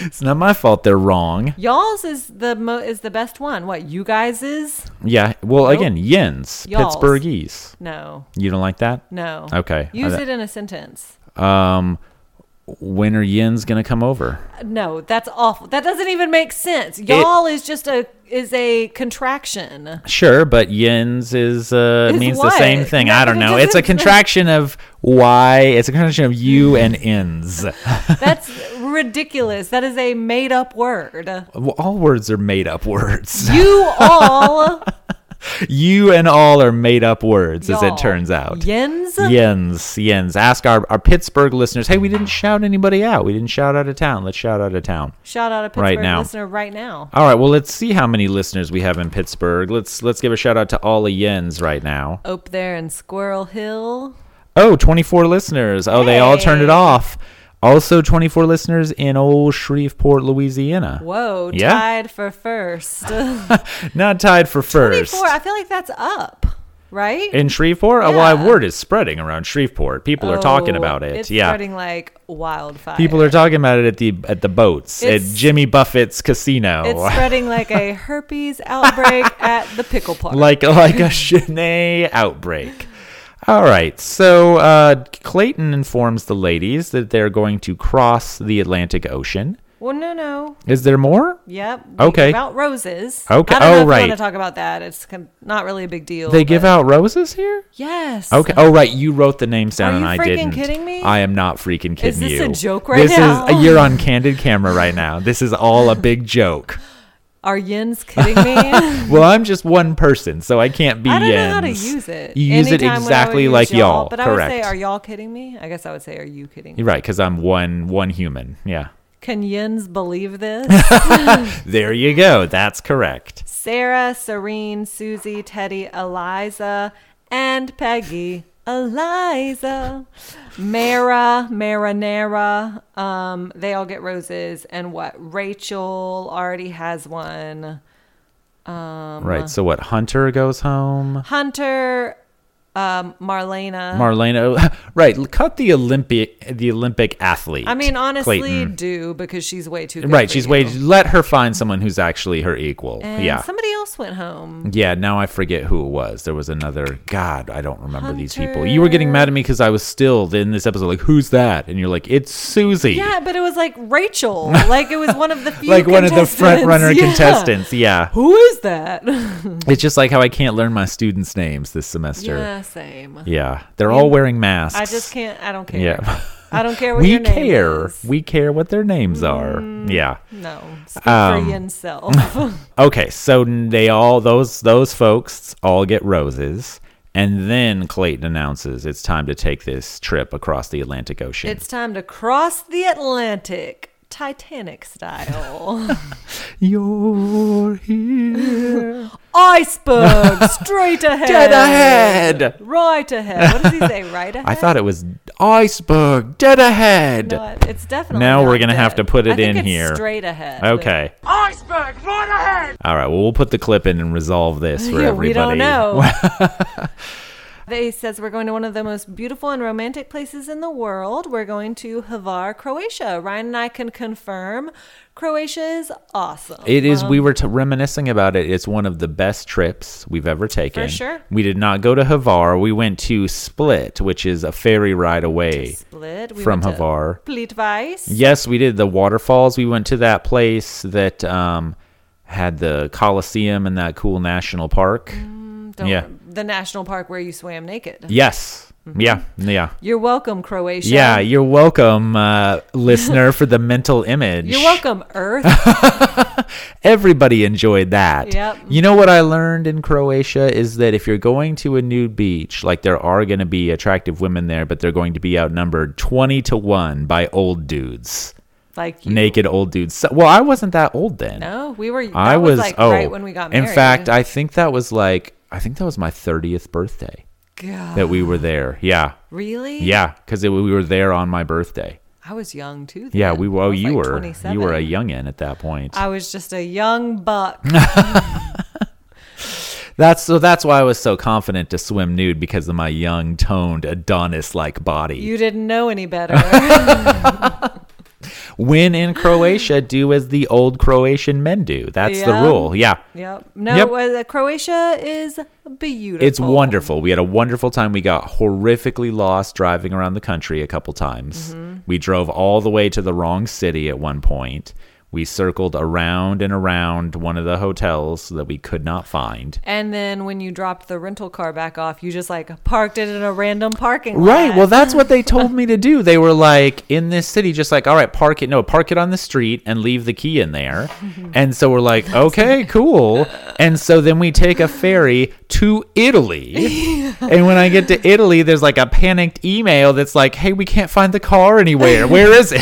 [SPEAKER 1] it's not my fault they're wrong.
[SPEAKER 2] Y'all's is the mo- is the best one. What you guys is?
[SPEAKER 1] Yeah. Well, again, yins,
[SPEAKER 2] Y'alls.
[SPEAKER 1] Pittsburghese.
[SPEAKER 2] No,
[SPEAKER 1] You don't like that?
[SPEAKER 2] no.
[SPEAKER 1] Okay.
[SPEAKER 2] Use
[SPEAKER 1] I-
[SPEAKER 2] it in a sentence.
[SPEAKER 1] Um, when are yins gonna come over?
[SPEAKER 2] No, that's awful. That doesn't even make sense. Y'all is just a is a contraction.
[SPEAKER 1] Sure, but yins is uh
[SPEAKER 2] Is
[SPEAKER 1] means
[SPEAKER 2] what?
[SPEAKER 1] the same thing.
[SPEAKER 2] No,
[SPEAKER 1] I don't
[SPEAKER 2] it
[SPEAKER 1] know. It's a
[SPEAKER 2] doesn't-
[SPEAKER 1] contraction of y. It's a contraction of u and ins.
[SPEAKER 2] That's ridiculous. That is a made up word.
[SPEAKER 1] Well, all words are made up words.
[SPEAKER 2] You all
[SPEAKER 1] You and all are made up words, as
[SPEAKER 2] y'all.
[SPEAKER 1] it turns out.
[SPEAKER 2] Yens?
[SPEAKER 1] Yens, yens. Ask our, our Pittsburgh listeners. Hey, we didn't shout anybody out. We didn't shout out of town. Let's shout out of town.
[SPEAKER 2] Shout out a Pittsburgh
[SPEAKER 1] Right now.
[SPEAKER 2] listener right now.
[SPEAKER 1] All right, well, let's see how many listeners we have in Pittsburgh. Let's let's give a shout out to all the Yens right now.
[SPEAKER 2] Up there in Squirrel Hill.
[SPEAKER 1] Oh, 24 listeners. Oh, they all turned it off. Also, 24 listeners in old Shreveport, Louisiana.
[SPEAKER 2] Whoa,
[SPEAKER 1] Yeah.
[SPEAKER 2] tied for first. 24.
[SPEAKER 1] Not tied for first.
[SPEAKER 2] I feel like that's up, right?
[SPEAKER 1] In Shreveport? Oh, well,
[SPEAKER 2] Yeah.
[SPEAKER 1] our word is spreading around Shreveport. People are talking
[SPEAKER 2] Oh,
[SPEAKER 1] about it.
[SPEAKER 2] It's
[SPEAKER 1] yeah.
[SPEAKER 2] spreading like wildfire.
[SPEAKER 1] People are talking about it at the at the boats
[SPEAKER 2] It's-
[SPEAKER 1] at Jimmy Buffett's casino.
[SPEAKER 2] It's spreading like a herpes outbreak at the pickle park.
[SPEAKER 1] like like a Shanae outbreak. All right, so uh, Clayton informs the ladies that they're going to cross the Atlantic Ocean.
[SPEAKER 2] Well, no, no.
[SPEAKER 1] Is there more?
[SPEAKER 2] Yep. we-
[SPEAKER 1] Okay.
[SPEAKER 2] About roses.
[SPEAKER 1] Okay.
[SPEAKER 2] I don't
[SPEAKER 1] Oh,
[SPEAKER 2] know if You
[SPEAKER 1] right.
[SPEAKER 2] want to talk about that? It's com- not really a big deal.
[SPEAKER 1] They give
[SPEAKER 2] but-
[SPEAKER 1] out roses here.
[SPEAKER 2] Yes.
[SPEAKER 1] Okay. Oh, right. You wrote the names down,
[SPEAKER 2] Are
[SPEAKER 1] and
[SPEAKER 2] you
[SPEAKER 1] I
[SPEAKER 2] freaking
[SPEAKER 1] didn't.
[SPEAKER 2] kidding me?
[SPEAKER 1] I am not freaking kidding
[SPEAKER 2] this
[SPEAKER 1] you.
[SPEAKER 2] a joke right
[SPEAKER 1] this
[SPEAKER 2] now?
[SPEAKER 1] is you're on candid camera right now. This is all a big joke.
[SPEAKER 2] Are yins kidding me? I
[SPEAKER 1] Well, I'm just one person, so I can't be.
[SPEAKER 2] don't know
[SPEAKER 1] yens.
[SPEAKER 2] how to use it.
[SPEAKER 1] You use it
[SPEAKER 2] Anytime when I would
[SPEAKER 1] exactly
[SPEAKER 2] use
[SPEAKER 1] like y'all.
[SPEAKER 2] But I would
[SPEAKER 1] Correct.
[SPEAKER 2] say, are y'all kidding me? I guess I would say, are you kidding me?
[SPEAKER 1] You're right, because I'm one one human. Yeah.
[SPEAKER 2] Can yins believe this?
[SPEAKER 1] There you go. That's correct.
[SPEAKER 2] Sarah, Serene, Susie, Teddy, Eliza, and Peggy. Eliza, Mara, Marinara. Um, they all get roses. And what? Rachel already has one. uh,
[SPEAKER 1] Right. So what? Hunter goes home.
[SPEAKER 2] Hunter, um, Marlena.
[SPEAKER 1] Marlena. oh, Right. Cut the Olympic. The Olympic athlete.
[SPEAKER 2] I mean, honestly,
[SPEAKER 1] Clayton.
[SPEAKER 2] do because she's way too good
[SPEAKER 1] Right.
[SPEAKER 2] for
[SPEAKER 1] She's
[SPEAKER 2] you.
[SPEAKER 1] way. Let her find someone who's actually her equal.
[SPEAKER 2] And
[SPEAKER 1] yeah.
[SPEAKER 2] Somebody else went home.
[SPEAKER 1] yeah. Now I forget who it was. There was another. God, I don't remember these people. You were getting mad at me because I was still in this episode. Like, who's that? And you're like, it's Susie.
[SPEAKER 2] Yeah, but it was like Rachel. Like it was one of the few
[SPEAKER 1] Like one of the front
[SPEAKER 2] contestants.
[SPEAKER 1] runner
[SPEAKER 2] Yeah.
[SPEAKER 1] contestants. Yeah.
[SPEAKER 2] Who is that?
[SPEAKER 1] It's just like how I can't learn my students' names this semester.
[SPEAKER 2] Yeah, same.
[SPEAKER 1] Yeah, they're all wearing masks.
[SPEAKER 2] I just can't. I don't care.
[SPEAKER 1] Yeah.
[SPEAKER 2] I don't care what
[SPEAKER 1] We
[SPEAKER 2] your name
[SPEAKER 1] care.
[SPEAKER 2] is. Mm.
[SPEAKER 1] We care what their names are. Yeah.
[SPEAKER 2] no. Speak
[SPEAKER 1] Um,
[SPEAKER 2] for yourself.
[SPEAKER 1] Okay, so n- they all those those folks all get roses, And then Clayton announces it's time to take this trip across the Atlantic Ocean.
[SPEAKER 2] It's time to cross the Atlantic, Titanic style.
[SPEAKER 1] You're here.
[SPEAKER 2] Iceberg straight ahead.
[SPEAKER 1] Dead ahead.
[SPEAKER 2] Right ahead. What does he say? Right ahead.
[SPEAKER 1] I thought it was iceberg. Dead ahead.
[SPEAKER 2] Not- it's definitely.
[SPEAKER 1] Now we're
[SPEAKER 2] not
[SPEAKER 1] gonna have
[SPEAKER 2] dead.
[SPEAKER 1] to put it
[SPEAKER 2] I think
[SPEAKER 1] in
[SPEAKER 2] it's
[SPEAKER 1] here.
[SPEAKER 2] Straight ahead.
[SPEAKER 1] Okay. Iceberg, right ahead. All right. Well, we'll put the clip in and resolve this for
[SPEAKER 2] Yeah,
[SPEAKER 1] everybody.
[SPEAKER 2] We don't know. They says we're going to one of the most beautiful and romantic places in the world. We're going to Hvar, Croatia. Ryan and I can confirm Croatia is awesome.
[SPEAKER 1] It is. we were t- reminiscing about it. It's one of the best trips we've ever taken.
[SPEAKER 2] sure.
[SPEAKER 1] We did not go to Hvar. We went to Split, which is a ferry ride away.
[SPEAKER 2] Split
[SPEAKER 1] from
[SPEAKER 2] went to
[SPEAKER 1] Hvar.
[SPEAKER 2] Plitvice.
[SPEAKER 1] Yes, we did the waterfalls. We went to that place that um, had the Coliseum and that cool national park.
[SPEAKER 2] Don't-
[SPEAKER 1] yeah.
[SPEAKER 2] The national park where you swam naked.
[SPEAKER 1] Yes.
[SPEAKER 2] Mm-hmm.
[SPEAKER 1] Yeah. Yeah.
[SPEAKER 2] You're welcome, Croatia.
[SPEAKER 1] Yeah, you're welcome, uh, listener, for the mental image.
[SPEAKER 2] You're welcome, Earth.
[SPEAKER 1] Everybody enjoyed that.
[SPEAKER 2] Yep.
[SPEAKER 1] You know what I learned in Croatia is that if you're going to a nude beach, like there are going to be attractive women there, but they're going to be outnumbered 20 to 1 by old dudes,
[SPEAKER 2] like you.
[SPEAKER 1] naked old dudes. So- well, I wasn't that old then.
[SPEAKER 2] No, we were. That
[SPEAKER 1] I was,
[SPEAKER 2] like
[SPEAKER 1] oh,
[SPEAKER 2] right when we got married.
[SPEAKER 1] In fact, I think that was like, I think that was my 30th birthday
[SPEAKER 2] God,
[SPEAKER 1] that we
[SPEAKER 2] Ah.
[SPEAKER 1] were there. Yeah.
[SPEAKER 2] really?
[SPEAKER 1] Yeah. Because we were there on my birthday.
[SPEAKER 2] I was young too.
[SPEAKER 1] Yeah,
[SPEAKER 2] then.
[SPEAKER 1] we were.
[SPEAKER 2] I
[SPEAKER 1] Oh,
[SPEAKER 2] was,
[SPEAKER 1] you
[SPEAKER 2] like,
[SPEAKER 1] were
[SPEAKER 2] 27.
[SPEAKER 1] you were a youngin at that point.
[SPEAKER 2] I was just a young buck.
[SPEAKER 1] that's so. That's why I was so confident to swim nude because of my young, toned, Adonis-like body.
[SPEAKER 2] you didn't know any better.
[SPEAKER 1] when in Croatia, do as the old Croatian men do. That's
[SPEAKER 2] Yeah.
[SPEAKER 1] the rule. Yeah.
[SPEAKER 2] yep. No,
[SPEAKER 1] Yep.
[SPEAKER 2] it was, uh, Croatia is beautiful.
[SPEAKER 1] It's wonderful. We had a wonderful time. We got horrifically lost driving around the country a couple times.
[SPEAKER 2] Mm-hmm.
[SPEAKER 1] We drove all the way to the wrong city at one point. We circled around and around one of the hotels that we could not find.
[SPEAKER 2] And then when you dropped the rental car back off, you just like parked it in a random parking lot.
[SPEAKER 1] Right. Well, that's what they told me to do. They were like, in this city, just like, all right, park it. No, park it on the street and leave the key in there. And so we're like, okay, cool. And so then we take a ferry to Italy. And when I get to Italy, there's like a panicked email that's like, hey, we can't find the car anywhere. Where is it?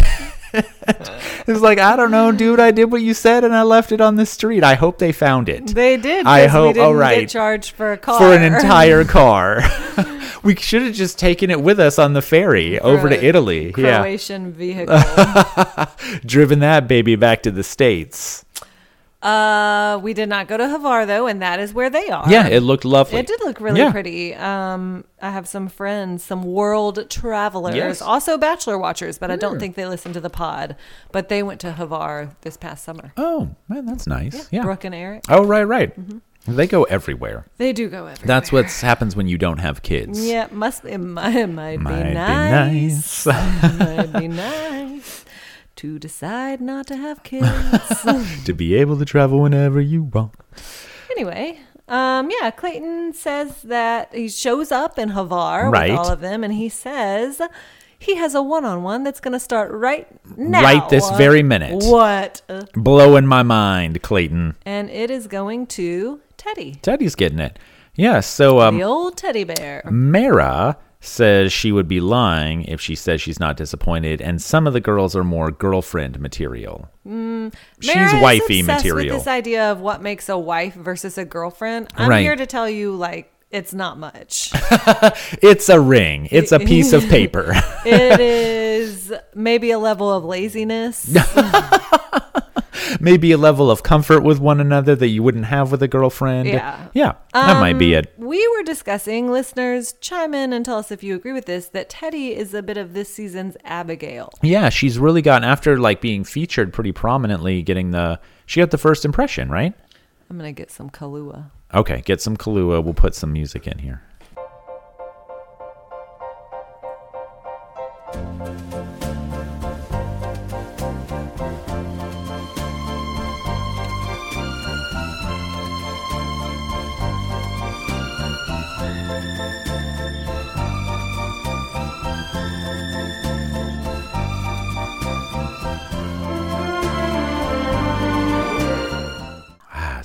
[SPEAKER 1] It's like, I don't know, dude. I did what you said and I left it on the street. I hope they found it.
[SPEAKER 2] They did.
[SPEAKER 1] I
[SPEAKER 2] 'cause
[SPEAKER 1] hope-
[SPEAKER 2] We didn't
[SPEAKER 1] all right.
[SPEAKER 2] Get charged for a car
[SPEAKER 1] for an entire car. we should have just taken it with us on the ferry over
[SPEAKER 2] a
[SPEAKER 1] to Italy. Yeah.
[SPEAKER 2] Croatian vehicle.
[SPEAKER 1] Driven that baby back to the States.
[SPEAKER 2] Uh, we did not go to Havar though, and that is where they are.
[SPEAKER 1] Yeah, it looked lovely.
[SPEAKER 2] It did look really
[SPEAKER 1] Yeah.
[SPEAKER 2] pretty. Um, I have some friends, some world travelers,
[SPEAKER 1] Yes.
[SPEAKER 2] also bachelor watchers, but I don't think they listen to the pod. But they went to Havar this past summer.
[SPEAKER 1] Oh, man, that's nice. Yeah.
[SPEAKER 2] Brooke Mm-hmm. and Eric,
[SPEAKER 1] Oh, right, right. They go everywhere.
[SPEAKER 2] they do go everywhere.
[SPEAKER 1] That's what happens when you don't have kids.
[SPEAKER 2] Yeah, it must it might, it might,
[SPEAKER 1] Might
[SPEAKER 2] be
[SPEAKER 1] be
[SPEAKER 2] nice.
[SPEAKER 1] nice.
[SPEAKER 2] It might be nice to decide not to have kids.
[SPEAKER 1] To be able to travel whenever you want.
[SPEAKER 2] Anyway, um, yeah, Clayton says that he shows up in Havar
[SPEAKER 1] Right.
[SPEAKER 2] with all of them, and he says he has a one-on-one that's going to start right now,
[SPEAKER 1] Right this very minute.
[SPEAKER 2] What?
[SPEAKER 1] Blowing my mind, Clayton.
[SPEAKER 2] And it is going to Teddy,
[SPEAKER 1] Teddy's getting it. Yeah, so um,
[SPEAKER 2] the old teddy bear.
[SPEAKER 1] Mara says she would be lying if she says she's not disappointed, and some of the girls are more girlfriend material.
[SPEAKER 2] Mm, Mara
[SPEAKER 1] She's
[SPEAKER 2] is
[SPEAKER 1] wifey
[SPEAKER 2] obsessed
[SPEAKER 1] material.
[SPEAKER 2] With this idea of what makes a wife versus a girlfriend, I'm
[SPEAKER 1] Right.
[SPEAKER 2] here to tell you, like, it's not much.
[SPEAKER 1] It's a ring. It's a piece of paper.
[SPEAKER 2] it is maybe a level of laziness.
[SPEAKER 1] Maybe a level of comfort with one another that you wouldn't have with a girlfriend.
[SPEAKER 2] Yeah. Um,
[SPEAKER 1] Yeah. That might be it.
[SPEAKER 2] We were discussing, listeners, chime in and tell us if you agree with this, that Teddy is a bit of this season's Abigail.
[SPEAKER 1] Yeah, she's really gotten after like being featured pretty prominently, getting the she got the first impression, right?
[SPEAKER 2] I'm going to get some Kahlua.
[SPEAKER 1] Okay, get some Kahlua. We'll put some music in here. Ah, it's pretty tasty, huh?
[SPEAKER 2] Pretty smooth.
[SPEAKER 1] Ah,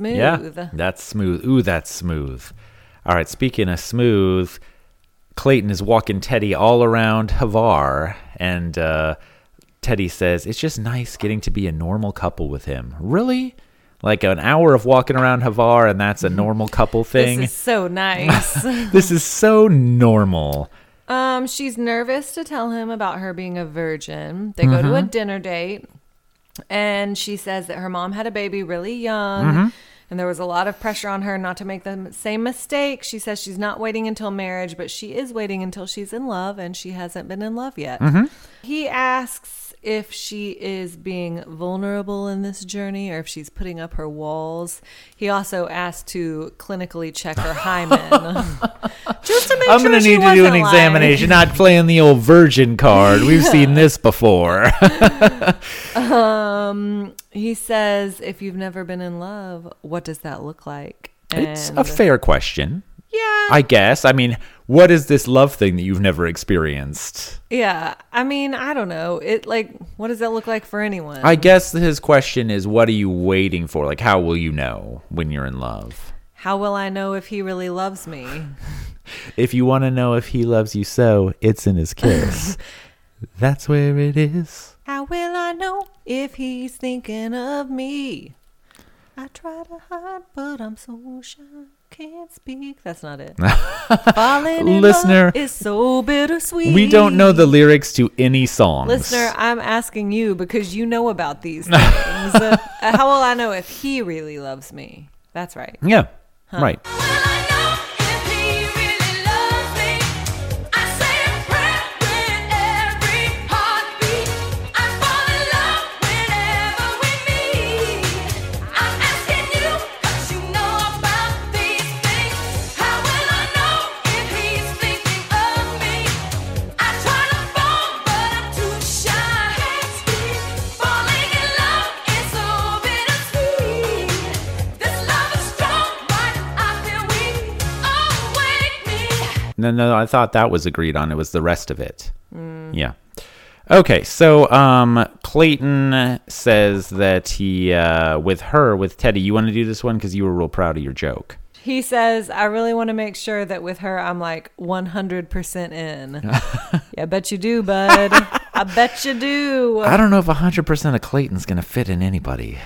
[SPEAKER 1] Yeah, that's smooth. Ooh, that's smooth. All right, speaking of smooth, Clayton is walking Teddy all around Havar, and uh, Teddy says, It's just nice getting to be a normal couple with him. Really? Like an hour of walking around Havar, and that's a normal couple thing?
[SPEAKER 2] This is so nice.
[SPEAKER 1] this is so normal.
[SPEAKER 2] um, she's nervous to tell him about her being a virgin. They go to
[SPEAKER 1] Mm-hmm.
[SPEAKER 2] a dinner date, and she says that her mom had a baby really young.
[SPEAKER 1] Mm-hmm.
[SPEAKER 2] And there was a lot of pressure on her not to make the same mistake. She says she's not waiting until marriage, but she is waiting until she's in love, and she hasn't been in love yet.
[SPEAKER 1] Mm-hmm.
[SPEAKER 2] He asks if she is being vulnerable in this journey or if she's putting up her walls. He also asks to clinically check her hymen. Just to make
[SPEAKER 1] I'm
[SPEAKER 2] sure
[SPEAKER 1] going to
[SPEAKER 2] she
[SPEAKER 1] need to do an
[SPEAKER 2] wasn't lying.
[SPEAKER 1] examination, not playing the old virgin card. We've seen this before.
[SPEAKER 2] He says, if you've never been in love, what does that look like?
[SPEAKER 1] it's a
[SPEAKER 2] And-
[SPEAKER 1] fair question.
[SPEAKER 2] yeah.
[SPEAKER 1] I guess. I mean, what is this love thing that you've never experienced?
[SPEAKER 2] yeah. I mean, I don't know. It like, what does that look like for anyone?
[SPEAKER 1] I guess his question is what are you waiting for? Like, how will you know when you're in love?
[SPEAKER 2] How will I know if he really loves me?
[SPEAKER 1] If you want to know if he loves you so, it's in his kiss. That's where it is.
[SPEAKER 2] How will I know if he's thinking of me? I try to hide, but I'm so shy, can't speak. That's not it. Falling in
[SPEAKER 1] Listener,
[SPEAKER 2] love is so bittersweet.
[SPEAKER 1] We don't know the lyrics to any songs.
[SPEAKER 2] listener. I'm asking you because you know about these things. Uh, how will I know if he really loves me? That's right.
[SPEAKER 1] Yeah. Right. No, no, I thought that was agreed on. It was the rest of it.
[SPEAKER 2] Mm.
[SPEAKER 1] Yeah. Okay, so um, Clayton says that he, uh, with her, with Teddy, you want to do this one because you were real proud of your joke.
[SPEAKER 2] He says, I really want to make sure that with her, I'm like 100% in. yeah, I bet you do, bud. I bet you do.
[SPEAKER 1] I don't know if 100% of Clayton's going to fit in anybody.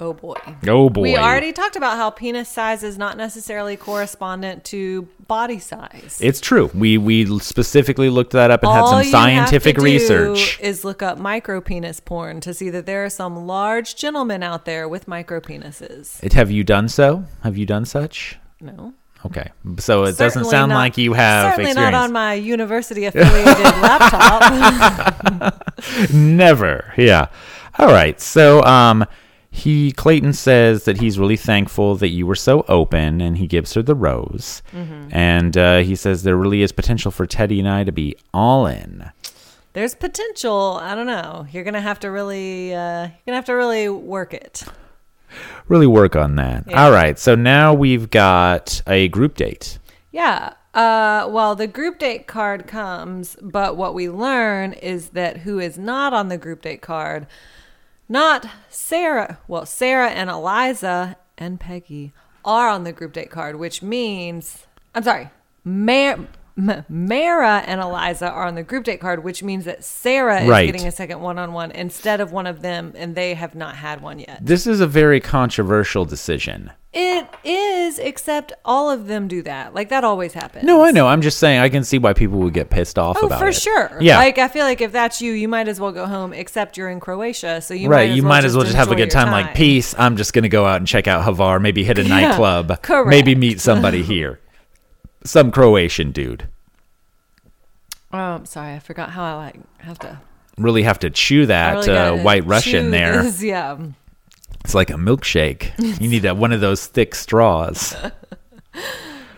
[SPEAKER 2] Oh, boy.
[SPEAKER 1] Oh, boy.
[SPEAKER 2] We already talked about how penis size is not necessarily correspondent to body size.
[SPEAKER 1] It's true. We, we specifically looked that up and
[SPEAKER 2] All
[SPEAKER 1] had some
[SPEAKER 2] you have to
[SPEAKER 1] scientific
[SPEAKER 2] do
[SPEAKER 1] research.
[SPEAKER 2] is look up micro penis porn to see that there are some large gentlemen out there with micro penises.
[SPEAKER 1] It- have you done so? Have you done such?
[SPEAKER 2] No,
[SPEAKER 1] Okay. So it doesn't
[SPEAKER 2] Certainly
[SPEAKER 1] sound
[SPEAKER 2] not-
[SPEAKER 1] like you have
[SPEAKER 2] Certainly
[SPEAKER 1] experience.
[SPEAKER 2] not on my university affiliated laptop.
[SPEAKER 1] Never. Yeah. All right. So, um, he Clayton says that he's really thankful that you were so open, and he gives her the rose.
[SPEAKER 2] Mm-hmm.
[SPEAKER 1] And uh, he says there really is potential for Teddy and I to be all in.
[SPEAKER 2] There's potential. I don't know. You're gonna have to really, uh, you're gonna have to really work it.
[SPEAKER 1] Really work on that. All right. So now we've got a group date.
[SPEAKER 2] Yeah. Uh, well, the group date card comes, but what we learn is that who is not on the group date card, not Sarah. Well, Sarah and Eliza and Peggy are on the group date card, which means I'm sorry, Mar- M- Mara and Eliza are on the group date card, which means that Sarah is
[SPEAKER 1] Right.
[SPEAKER 2] getting a second one-on-one instead of one of them, and they have not had one yet.
[SPEAKER 1] This is a very controversial decision.
[SPEAKER 2] It is, except all of them do that. Like that always happens.
[SPEAKER 1] No, I know. I'm just saying I can see why people would get pissed off
[SPEAKER 2] Oh,
[SPEAKER 1] about
[SPEAKER 2] for
[SPEAKER 1] it.
[SPEAKER 2] sure.
[SPEAKER 1] Yeah.
[SPEAKER 2] Like I feel like if that's you, you might as well go home. Except you're in Croatia, so you
[SPEAKER 1] right.
[SPEAKER 2] Might as
[SPEAKER 1] you
[SPEAKER 2] well
[SPEAKER 1] might as well just have a
[SPEAKER 2] enjoy
[SPEAKER 1] good
[SPEAKER 2] your
[SPEAKER 1] time, Like, peace. I'm just going to go out and check out Havar, maybe hit a nightclub,
[SPEAKER 2] correct.
[SPEAKER 1] maybe meet somebody here. Some Croatian dude.
[SPEAKER 2] Oh, I'm sorry, I forgot how I like have to.
[SPEAKER 1] Really have to chew
[SPEAKER 2] I
[SPEAKER 1] that
[SPEAKER 2] really
[SPEAKER 1] uh,
[SPEAKER 2] gotta
[SPEAKER 1] white Russian
[SPEAKER 2] chew
[SPEAKER 1] there.
[SPEAKER 2] this, Yeah.
[SPEAKER 1] It's like a milkshake. You need a, one of those thick straws.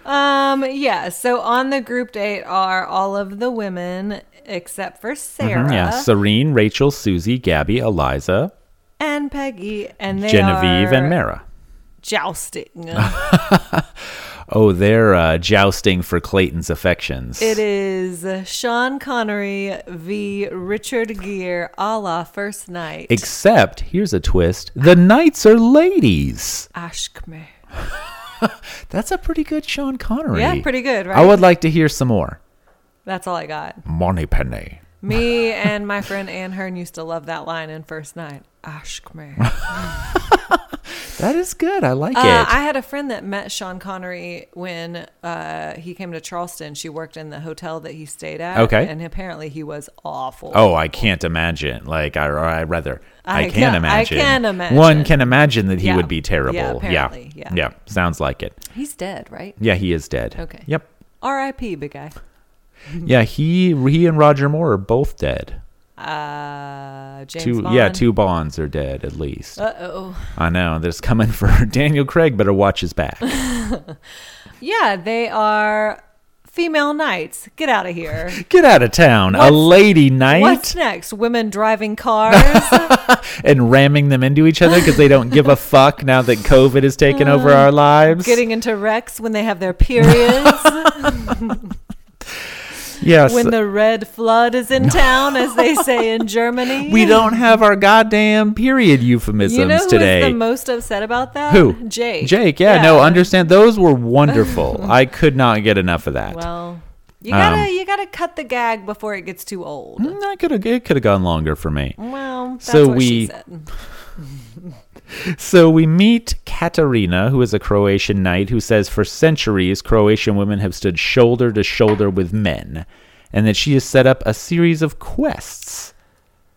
[SPEAKER 2] Um. Yeah. So on the group date are all of the women except for Sarah
[SPEAKER 1] Mm-hmm, yeah. Serene, Rachel, Susie, Gabby, Eliza,
[SPEAKER 2] and Peggy, and they
[SPEAKER 1] Genevieve,
[SPEAKER 2] are
[SPEAKER 1] and Mara.
[SPEAKER 2] jousting.
[SPEAKER 1] Oh, they're uh, jousting for Clayton's affections.
[SPEAKER 2] it is Sean Connery v. Richard Gere, a la First Night.
[SPEAKER 1] Except, here's a twist the knights are ladies.
[SPEAKER 2] Ashkme.
[SPEAKER 1] That's a pretty good Sean Connery.
[SPEAKER 2] Yeah, pretty good, right?
[SPEAKER 1] I would like to hear some more.
[SPEAKER 2] That's all I got.
[SPEAKER 1] Money Penny.
[SPEAKER 2] Me and my friend Ann Hearn used to love that line in First Night. Ask me. Uh,
[SPEAKER 1] That is good. I like it.
[SPEAKER 2] I had a friend that met Sean Connery when uh, he came to Charleston. She worked in the hotel that he stayed at.
[SPEAKER 1] Okay.
[SPEAKER 2] And apparently he was awful.
[SPEAKER 1] Oh, I can't imagine. Like, I, or I rather, I,
[SPEAKER 2] I
[SPEAKER 1] can,
[SPEAKER 2] can- I
[SPEAKER 1] imagine.
[SPEAKER 2] can imagine.
[SPEAKER 1] One can imagine that he
[SPEAKER 2] Yeah.
[SPEAKER 1] would be
[SPEAKER 2] Yeah,
[SPEAKER 1] terrible.
[SPEAKER 2] apparently, yeah.
[SPEAKER 1] yeah. Sounds like it.
[SPEAKER 2] He's dead, right?
[SPEAKER 1] Yeah, he is dead.
[SPEAKER 2] Okay.
[SPEAKER 1] Yep.
[SPEAKER 2] R.I.P., big guy.
[SPEAKER 1] Yeah, he he and Roger Moore are both dead.
[SPEAKER 2] Uh, James
[SPEAKER 1] two
[SPEAKER 2] Bond.
[SPEAKER 1] yeah, two Bonds are dead at least.
[SPEAKER 2] Uh oh.
[SPEAKER 1] I know. This coming for Daniel Craig. Better watch his back.
[SPEAKER 2] Yeah, they are female knights. Get out of here.
[SPEAKER 1] Get out of town. a
[SPEAKER 2] What's-
[SPEAKER 1] lady night
[SPEAKER 2] What's next? Women driving cars.
[SPEAKER 1] and ramming them into each other because they don't give a fuck now that COVID has taken over our lives.
[SPEAKER 2] Uh, getting into wrecks when they have their periods,
[SPEAKER 1] yes.
[SPEAKER 2] when the red flood is in town, as they say in Germany.
[SPEAKER 1] we don't have our goddamn period euphemisms
[SPEAKER 2] You know who's
[SPEAKER 1] today.
[SPEAKER 2] the most upset about that?
[SPEAKER 1] Who?
[SPEAKER 2] Jake.
[SPEAKER 1] Jake. Yeah, no, understand. Those were wonderful. I could not get enough of that.
[SPEAKER 2] Well, you gotta
[SPEAKER 1] Um,
[SPEAKER 2] you gotta cut the gag before it gets too old.
[SPEAKER 1] Mm, I could have. It could have gone longer for me.
[SPEAKER 2] Well, that's
[SPEAKER 1] Hmm. So
[SPEAKER 2] what
[SPEAKER 1] we-
[SPEAKER 2] she said.
[SPEAKER 1] So we meet Katerina, who is a Croatian knight, who says for centuries Croatian women have stood shoulder to shoulder with men, and that she has set up a series of quests.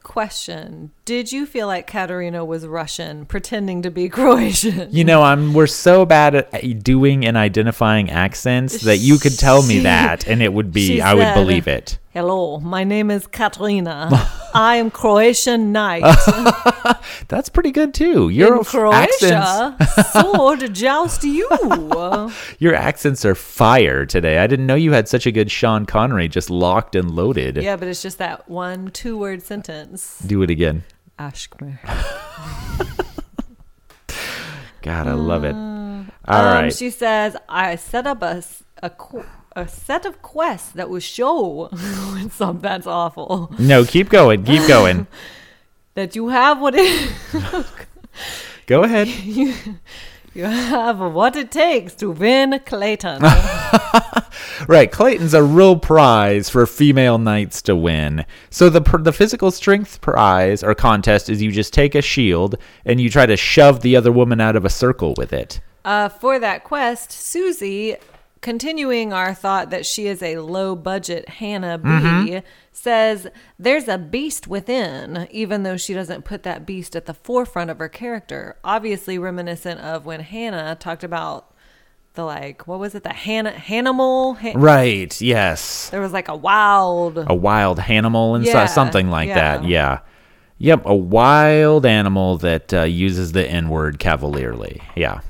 [SPEAKER 2] Question: Did you feel like Katerina was Russian, pretending to be Croatian?
[SPEAKER 1] You know, I'm we're so bad at doing and identifying accents that you could tell me
[SPEAKER 2] She-
[SPEAKER 1] that, and it would be
[SPEAKER 2] she
[SPEAKER 1] I would
[SPEAKER 2] said-
[SPEAKER 1] believe it.
[SPEAKER 2] Hello, my name is Katerina. I am Croatian knight.
[SPEAKER 1] That's pretty good too. Your
[SPEAKER 2] in
[SPEAKER 1] f- accents,
[SPEAKER 2] Croatia, sword joust you.
[SPEAKER 1] your accents are fire today. I didn't know you had such a good Sean Connery, just locked and loaded.
[SPEAKER 2] yeah, but it's just that one two-word sentence. Um,
[SPEAKER 1] Do it again.
[SPEAKER 2] Ask me.
[SPEAKER 1] God, I love it. All
[SPEAKER 2] um,
[SPEAKER 1] right.
[SPEAKER 2] She says, I set up a, s- a, qu- a set of quests that will show, It's some- that's awful,
[SPEAKER 1] No, keep going. Keep going.
[SPEAKER 2] that you have what it,
[SPEAKER 1] Go ahead.
[SPEAKER 2] you have what it takes to win Clayton.
[SPEAKER 1] Right, Clayton's a real prize for female knights to win. So the pr- the physical strength prize or contest is you just take a shield and you try to shove the other woman out of a circle with it.
[SPEAKER 2] uh, for that quest, Susie, continuing our thought that she is a low budget Hannah B,
[SPEAKER 1] Mm-hmm.
[SPEAKER 2] says, There's a beast within, even though she doesn't put that beast at the forefront of her character. Obviously, reminiscent of when Hannah talked about the like, what was it, the Hannah, Hanimal? Ha-
[SPEAKER 1] Right. Yes.
[SPEAKER 2] There was like a wild. uh,
[SPEAKER 1] A wild animal and so-
[SPEAKER 2] Yeah,
[SPEAKER 1] something like
[SPEAKER 2] yeah.
[SPEAKER 1] that. Yeah. Yep, a wild animal that uh, uses the N word cavalierly. Yeah.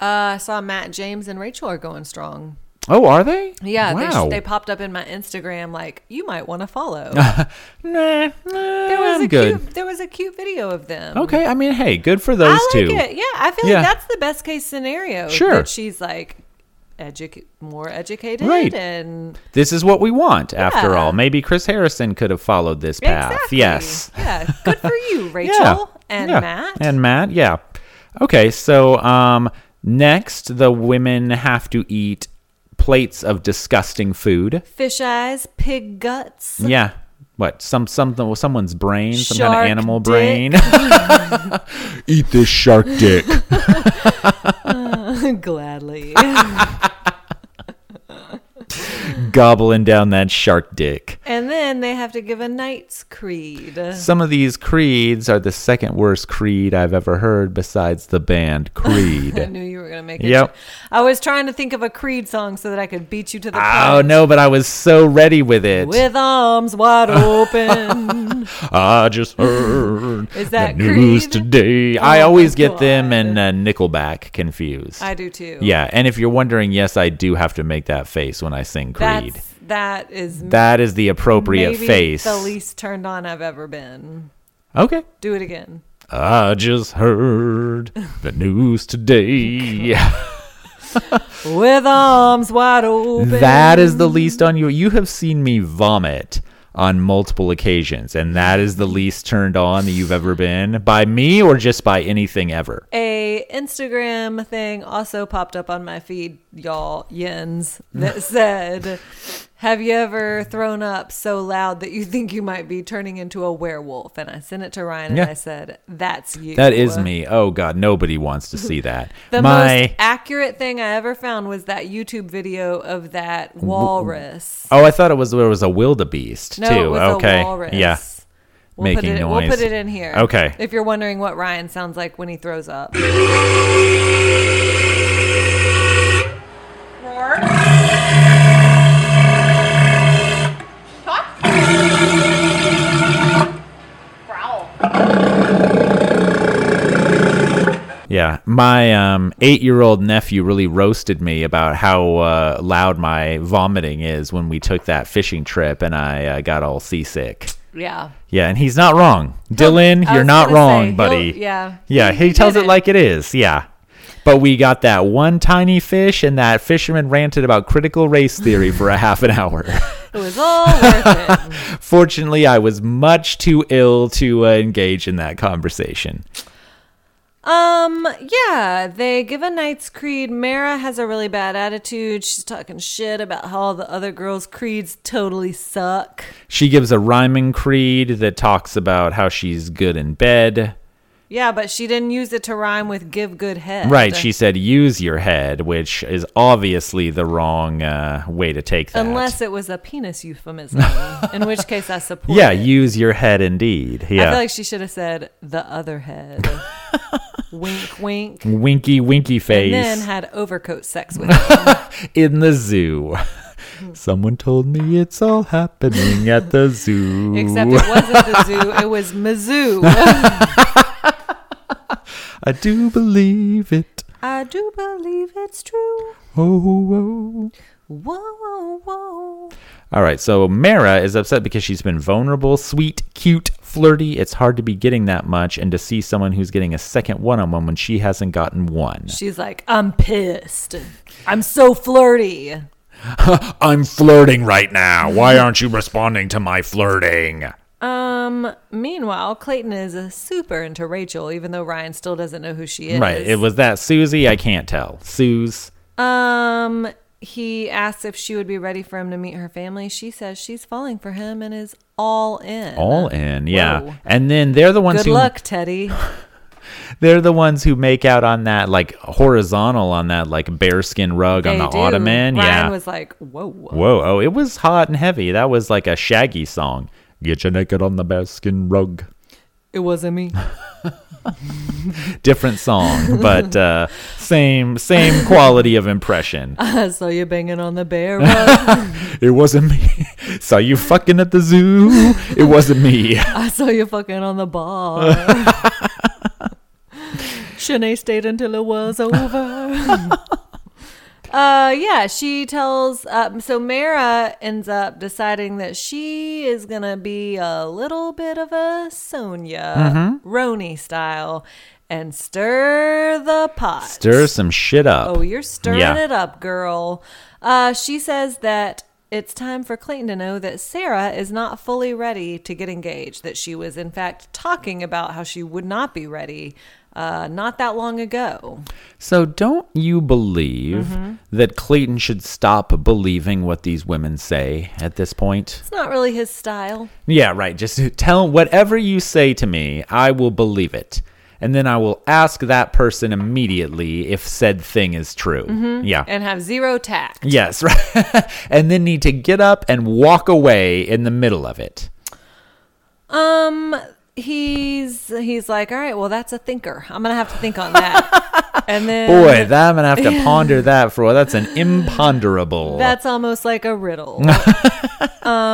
[SPEAKER 2] Uh, I saw Matt James and Rachel are going strong.
[SPEAKER 1] Oh, are they?
[SPEAKER 2] Yeah,
[SPEAKER 1] Wow.
[SPEAKER 2] they, they popped up in my Instagram like, you might want to follow.
[SPEAKER 1] nah, nah,
[SPEAKER 2] There was
[SPEAKER 1] I'm
[SPEAKER 2] a
[SPEAKER 1] good.
[SPEAKER 2] cute. There was a cute video of them.
[SPEAKER 1] Okay, I mean, hey, good for those
[SPEAKER 2] I like
[SPEAKER 1] two.
[SPEAKER 2] it. Yeah, I feel
[SPEAKER 1] Yeah.
[SPEAKER 2] like that's the best case scenario.
[SPEAKER 1] Sure.
[SPEAKER 2] that she's like educ more educated,
[SPEAKER 1] Right.
[SPEAKER 2] and
[SPEAKER 1] This is what we want, after
[SPEAKER 2] Yeah.
[SPEAKER 1] all. Maybe Chris Harrison could have followed this path.
[SPEAKER 2] exactly.
[SPEAKER 1] Yes.
[SPEAKER 2] yeah. Good for you, Rachel and
[SPEAKER 1] Yeah.
[SPEAKER 2] Matt.
[SPEAKER 1] And Matt, yeah. Okay, so um, next, the women have to eat plates of disgusting food.
[SPEAKER 2] fish eyes, pig guts,
[SPEAKER 1] Yeah. What? Some something someone's brain, some kind
[SPEAKER 2] Shark
[SPEAKER 1] of animal
[SPEAKER 2] dick.
[SPEAKER 1] brain. eat this shark dick.
[SPEAKER 2] gladly.
[SPEAKER 1] Gobbling down that shark dick.
[SPEAKER 2] and then they have to give a knight's creed.
[SPEAKER 1] Some of these creeds are the second worst creed I've ever heard besides the band
[SPEAKER 2] I
[SPEAKER 1] Creed.
[SPEAKER 2] knew you were gonna make it.
[SPEAKER 1] Yep.
[SPEAKER 2] I was trying to think of a creed song so that I could beat you to the
[SPEAKER 1] oh
[SPEAKER 2] punch.
[SPEAKER 1] no, but I was so ready with it.
[SPEAKER 2] With arms wide open.
[SPEAKER 1] I just heard
[SPEAKER 2] Is that
[SPEAKER 1] the news
[SPEAKER 2] Creed?
[SPEAKER 1] today. I
[SPEAKER 2] Oh,
[SPEAKER 1] always
[SPEAKER 2] my
[SPEAKER 1] get them
[SPEAKER 2] God.
[SPEAKER 1] and uh, Nickelback confused.
[SPEAKER 2] I do too.
[SPEAKER 1] Yeah, and if you're wondering, yes, I do have to make that face when I sing Creed.
[SPEAKER 2] That's, that is
[SPEAKER 1] that is the appropriate
[SPEAKER 2] maybe
[SPEAKER 1] face.
[SPEAKER 2] the least turned on I've ever been.
[SPEAKER 1] okay.
[SPEAKER 2] Do it again.
[SPEAKER 1] I just heard the news today.
[SPEAKER 2] With arms wide open.
[SPEAKER 1] That is the least on you. You have seen me vomit on multiple occasions, and that is the least turned on that you've ever been by me or just by anything ever.
[SPEAKER 2] a Instagram thing also popped up on my feed, y'all yens, that said, "Have you ever thrown up so loud that you think you might be turning into a werewolf?" And I sent it to Ryan,
[SPEAKER 1] Yeah.
[SPEAKER 2] and I said, "That's you."
[SPEAKER 1] That is me. Oh God, nobody wants to see that.
[SPEAKER 2] The
[SPEAKER 1] My
[SPEAKER 2] most accurate thing I ever found was that YouTube video of that walrus.
[SPEAKER 1] oh, I thought it was there was a wildebeest
[SPEAKER 2] No,
[SPEAKER 1] too.
[SPEAKER 2] it was
[SPEAKER 1] okay,
[SPEAKER 2] a walrus.
[SPEAKER 1] yeah.
[SPEAKER 2] We'll put
[SPEAKER 1] Making
[SPEAKER 2] it, We'll
[SPEAKER 1] noise.
[SPEAKER 2] put it in here.
[SPEAKER 1] Okay.
[SPEAKER 2] If you're wondering what Ryan sounds like when he throws up.
[SPEAKER 1] Yeah, my um, eight-year-old nephew really roasted me about how uh, loud my vomiting is when we took that fishing trip, and I uh, got all seasick.
[SPEAKER 2] Yeah.
[SPEAKER 1] Yeah, and he's not wrong, Dylan.
[SPEAKER 2] I
[SPEAKER 1] You're
[SPEAKER 2] was
[SPEAKER 1] not
[SPEAKER 2] gonna
[SPEAKER 1] wrong,
[SPEAKER 2] say, he'll-
[SPEAKER 1] buddy.
[SPEAKER 2] yeah.
[SPEAKER 1] yeah,
[SPEAKER 2] He-
[SPEAKER 1] he,
[SPEAKER 2] he
[SPEAKER 1] tells
[SPEAKER 2] did
[SPEAKER 1] it like it is. Yeah, but we got that one tiny fish, and that fisherman ranted about critical race theory for a half an hour.
[SPEAKER 2] It was all worth it.
[SPEAKER 1] Fortunately, I was much too ill to uh, engage in that conversation.
[SPEAKER 2] Um, yeah, they give a Knight's Creed. Mara has a really bad attitude. She's talking shit about how all the other girls' creeds totally suck.
[SPEAKER 1] She gives a rhyming creed that talks about how she's good in bed.
[SPEAKER 2] Yeah, but she didn't use it to rhyme with give good head.
[SPEAKER 1] Right, she said use your head, which is obviously the wrong uh, way to take that.
[SPEAKER 2] Unless it was a penis euphemism, in which case I support
[SPEAKER 1] yeah,
[SPEAKER 2] it.
[SPEAKER 1] use your head indeed. Yeah.
[SPEAKER 2] I feel like she should have said the other head. wink, wink.
[SPEAKER 1] winky winky
[SPEAKER 2] And
[SPEAKER 1] face
[SPEAKER 2] then had overcoat sex with him.
[SPEAKER 1] in the zoo.
[SPEAKER 2] Hmm.
[SPEAKER 1] Someone told me it's all happening at the zoo.
[SPEAKER 2] Except it wasn't the zoo, it was Mizzou.
[SPEAKER 1] I do believe it.
[SPEAKER 2] I do believe it's true.
[SPEAKER 1] Oh, oh.
[SPEAKER 2] Whoa, whoa, whoa.
[SPEAKER 1] All right, so Mara is upset because she's been vulnerable, sweet, cute, flirty. It's hard to be getting that much and to see someone who's getting a second one on one when she hasn't gotten one.
[SPEAKER 2] She's like, I'm pissed. I'm so flirty.
[SPEAKER 1] I'm flirting right now. Why aren't you responding to my flirting?
[SPEAKER 2] Um, meanwhile, Clayton is uh, super into Rachel, even though Ryan still doesn't know who she is.
[SPEAKER 1] Right, it was that Susie. I can't tell. Suze.
[SPEAKER 2] Um, he asks if she would be ready for him to meet her family. She says she's falling for him and is all in.
[SPEAKER 1] All in, yeah.
[SPEAKER 2] Uh-huh. Whoa.
[SPEAKER 1] And then they're the ones
[SPEAKER 2] Good
[SPEAKER 1] who
[SPEAKER 2] luck, Teddy.
[SPEAKER 1] they're the ones who make out on that like horizontal on that like bearskin rug on
[SPEAKER 2] They
[SPEAKER 1] the
[SPEAKER 2] do.
[SPEAKER 1] ottoman.
[SPEAKER 2] Ryan
[SPEAKER 1] yeah.
[SPEAKER 2] was like, whoa.
[SPEAKER 1] Whoa, oh, it was hot and heavy. That was like a shaggy song. Get you naked on the bearskin rug.
[SPEAKER 2] It wasn't me.
[SPEAKER 1] Different song, but uh, same same quality of impression.
[SPEAKER 2] I saw you banging on the bear rug.
[SPEAKER 1] It wasn't me. Saw you fucking at the zoo. It wasn't me.
[SPEAKER 2] I saw you fucking on the bar. Shanae stayed until it was over. uh, yeah, she tells. Um, so Mara ends up deciding that she is gonna be a little bit of a Sonia Roni style and stir the pot.
[SPEAKER 1] Stir some shit up.
[SPEAKER 2] Oh, you're stirring
[SPEAKER 1] Yeah.
[SPEAKER 2] it up, girl. Uh, she says that it's time for Clayton to know that Sarah is not fully ready to get engaged, that she was, in fact, talking about how she would not be ready uh, not that long ago.
[SPEAKER 1] So, don't you believe
[SPEAKER 2] Mm-hmm.
[SPEAKER 1] that Clayton should stop believing what these women say at this point?
[SPEAKER 2] It's not really his style.
[SPEAKER 1] Yeah, right. Just tell whatever you say to me, I will believe it. And then I will ask that person immediately if said thing is true. Yeah.
[SPEAKER 2] Mm-hmm. And have zero tact.
[SPEAKER 1] yes, right. and then need to get up and walk away in the middle of it.
[SPEAKER 2] Um, he's he's like, all right, well, that's a thinker. I'm gonna have to think on that. and then
[SPEAKER 1] Boy, that, I'm going to have to ponder that for that's an imponderable.
[SPEAKER 2] That's almost like a riddle. um,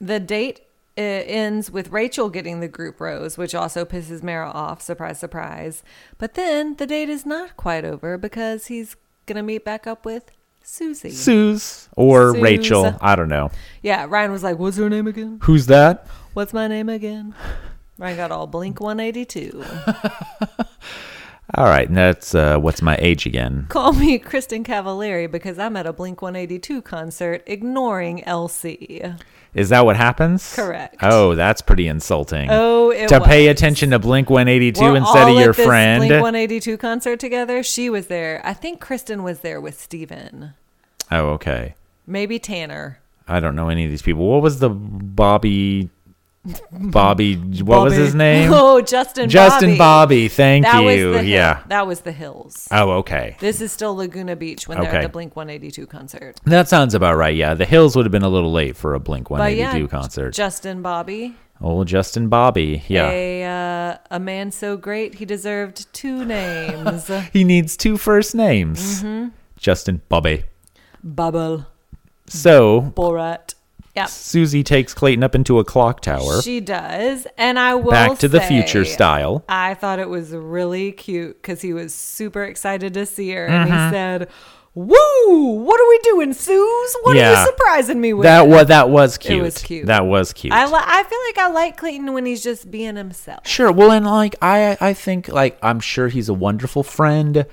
[SPEAKER 2] the date uh, ends with Rachel getting the group rose, which also pisses Mara off. Surprise, surprise. But then the date is not quite over because he's going to meet back up with Susie.
[SPEAKER 1] Suze or
[SPEAKER 2] Suze.
[SPEAKER 1] Rachel. I don't know.
[SPEAKER 2] yeah, Ryan was like, What's her name again?
[SPEAKER 1] Who's that?
[SPEAKER 2] What's my name again? Ryan got all blink 182.
[SPEAKER 1] All right, and that's uh, what's my age again?
[SPEAKER 2] Call me Kristen Cavallari because I'm at a Blink 182 concert ignoring Elsie.
[SPEAKER 1] Is that what happens?
[SPEAKER 2] Correct.
[SPEAKER 1] Oh, that's pretty insulting.
[SPEAKER 2] Oh, it
[SPEAKER 1] to pay
[SPEAKER 2] was.
[SPEAKER 1] attention to Blink 182
[SPEAKER 2] We're
[SPEAKER 1] instead
[SPEAKER 2] all
[SPEAKER 1] of
[SPEAKER 2] at
[SPEAKER 1] your
[SPEAKER 2] this
[SPEAKER 1] friend.
[SPEAKER 2] Blink 182 concert together. She was there. I think Kristen was there with Steven.
[SPEAKER 1] oh, okay.
[SPEAKER 2] Maybe Tanner.
[SPEAKER 1] I don't know any of these people. What was the Bobby? Bobby, what was his name?
[SPEAKER 2] Oh, Justin.
[SPEAKER 1] Justin
[SPEAKER 2] Bobby.
[SPEAKER 1] Bobby. Thank
[SPEAKER 2] That was
[SPEAKER 1] you.
[SPEAKER 2] the Hill-
[SPEAKER 1] Yeah.
[SPEAKER 2] That was the Hills.
[SPEAKER 1] Oh, okay.
[SPEAKER 2] This is still Laguna Beach when they're
[SPEAKER 1] Okay.
[SPEAKER 2] at the Blink 182 concert.
[SPEAKER 1] That sounds about right. Yeah, the Hills would have been a little late for a Blink
[SPEAKER 2] But
[SPEAKER 1] 182
[SPEAKER 2] yeah,
[SPEAKER 1] concert.
[SPEAKER 2] Justin Bobby,
[SPEAKER 1] Old Justin Bobby. Yeah.
[SPEAKER 2] a uh, a man so great he deserved two names.
[SPEAKER 1] He needs two first names.
[SPEAKER 2] Mm-hmm.
[SPEAKER 1] Justin Bobby.
[SPEAKER 2] Bubble
[SPEAKER 1] So
[SPEAKER 2] Borat. Yeah,
[SPEAKER 1] Susie takes Clayton up into a clock tower,
[SPEAKER 2] she does. And I will
[SPEAKER 1] back to the future
[SPEAKER 2] say,
[SPEAKER 1] style.
[SPEAKER 2] I thought it was really cute because he was super excited to see her, and
[SPEAKER 1] Mm-hmm.
[SPEAKER 2] he said. Woo! What are we doing, Suze? What are
[SPEAKER 1] Yeah.
[SPEAKER 2] you surprising me with?
[SPEAKER 1] That was that was cute.
[SPEAKER 2] was cute.
[SPEAKER 1] That was cute.
[SPEAKER 2] I, li- I feel like I like Clayton when he's just being himself.
[SPEAKER 1] Sure. Well, and like I, I think like I'm sure he's a wonderful friend.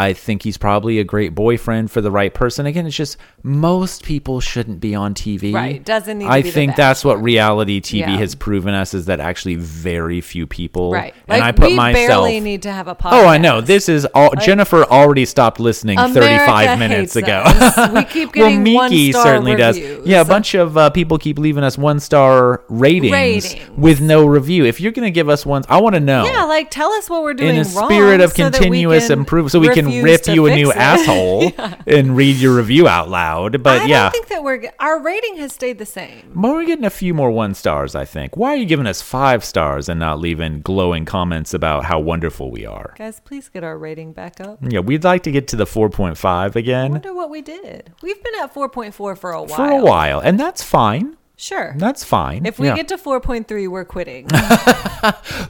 [SPEAKER 1] I think he's probably a great boyfriend for the right person. Again, it's just most people shouldn't be on TV.
[SPEAKER 2] Right. Doesn't need to
[SPEAKER 1] I
[SPEAKER 2] be the
[SPEAKER 1] think that's what reality TV
[SPEAKER 2] Yeah.
[SPEAKER 1] has proven us is that actually very few people.
[SPEAKER 2] Right.
[SPEAKER 1] And
[SPEAKER 2] like,
[SPEAKER 1] I put
[SPEAKER 2] we
[SPEAKER 1] myself.
[SPEAKER 2] barely need to have a podcast.
[SPEAKER 1] oh, I know. This is all. Jennifer already stopped listening
[SPEAKER 2] America
[SPEAKER 1] 35 minutes
[SPEAKER 2] hates
[SPEAKER 1] ago.
[SPEAKER 2] us. We keep getting
[SPEAKER 1] well, Miki
[SPEAKER 2] one-star
[SPEAKER 1] certainly
[SPEAKER 2] reviews.
[SPEAKER 1] does. Yeah, a bunch of uh, people keep leaving us one star ratings,
[SPEAKER 2] Ratings.
[SPEAKER 1] with no review. If you're gonna give us one, I want to know.
[SPEAKER 2] Yeah, like tell us what we're doing
[SPEAKER 1] in a
[SPEAKER 2] wrong
[SPEAKER 1] spirit of
[SPEAKER 2] so that we
[SPEAKER 1] continuous
[SPEAKER 2] can
[SPEAKER 1] improvement, so we can
[SPEAKER 2] refuse
[SPEAKER 1] rip
[SPEAKER 2] to
[SPEAKER 1] you a
[SPEAKER 2] fix
[SPEAKER 1] new
[SPEAKER 2] it.
[SPEAKER 1] asshole and read your review out loud. But
[SPEAKER 2] I
[SPEAKER 1] yeah,
[SPEAKER 2] don't think that we're g- our rating has stayed the same.
[SPEAKER 1] But we're getting a few more one stars. I think. Why are you giving us five stars and not leaving glowing comments about how wonderful we are?
[SPEAKER 2] Guys, please get our rating back up.
[SPEAKER 1] Yeah, we'd like to get to the four point five
[SPEAKER 2] I
[SPEAKER 1] again
[SPEAKER 2] wonder what we did. We've been at 4.4 for a while.
[SPEAKER 1] Mm-hmm. for a while, and that's fine.
[SPEAKER 2] Sure.
[SPEAKER 1] That's fine.
[SPEAKER 2] if we
[SPEAKER 1] Yeah.
[SPEAKER 2] get to 4.3, we're quitting.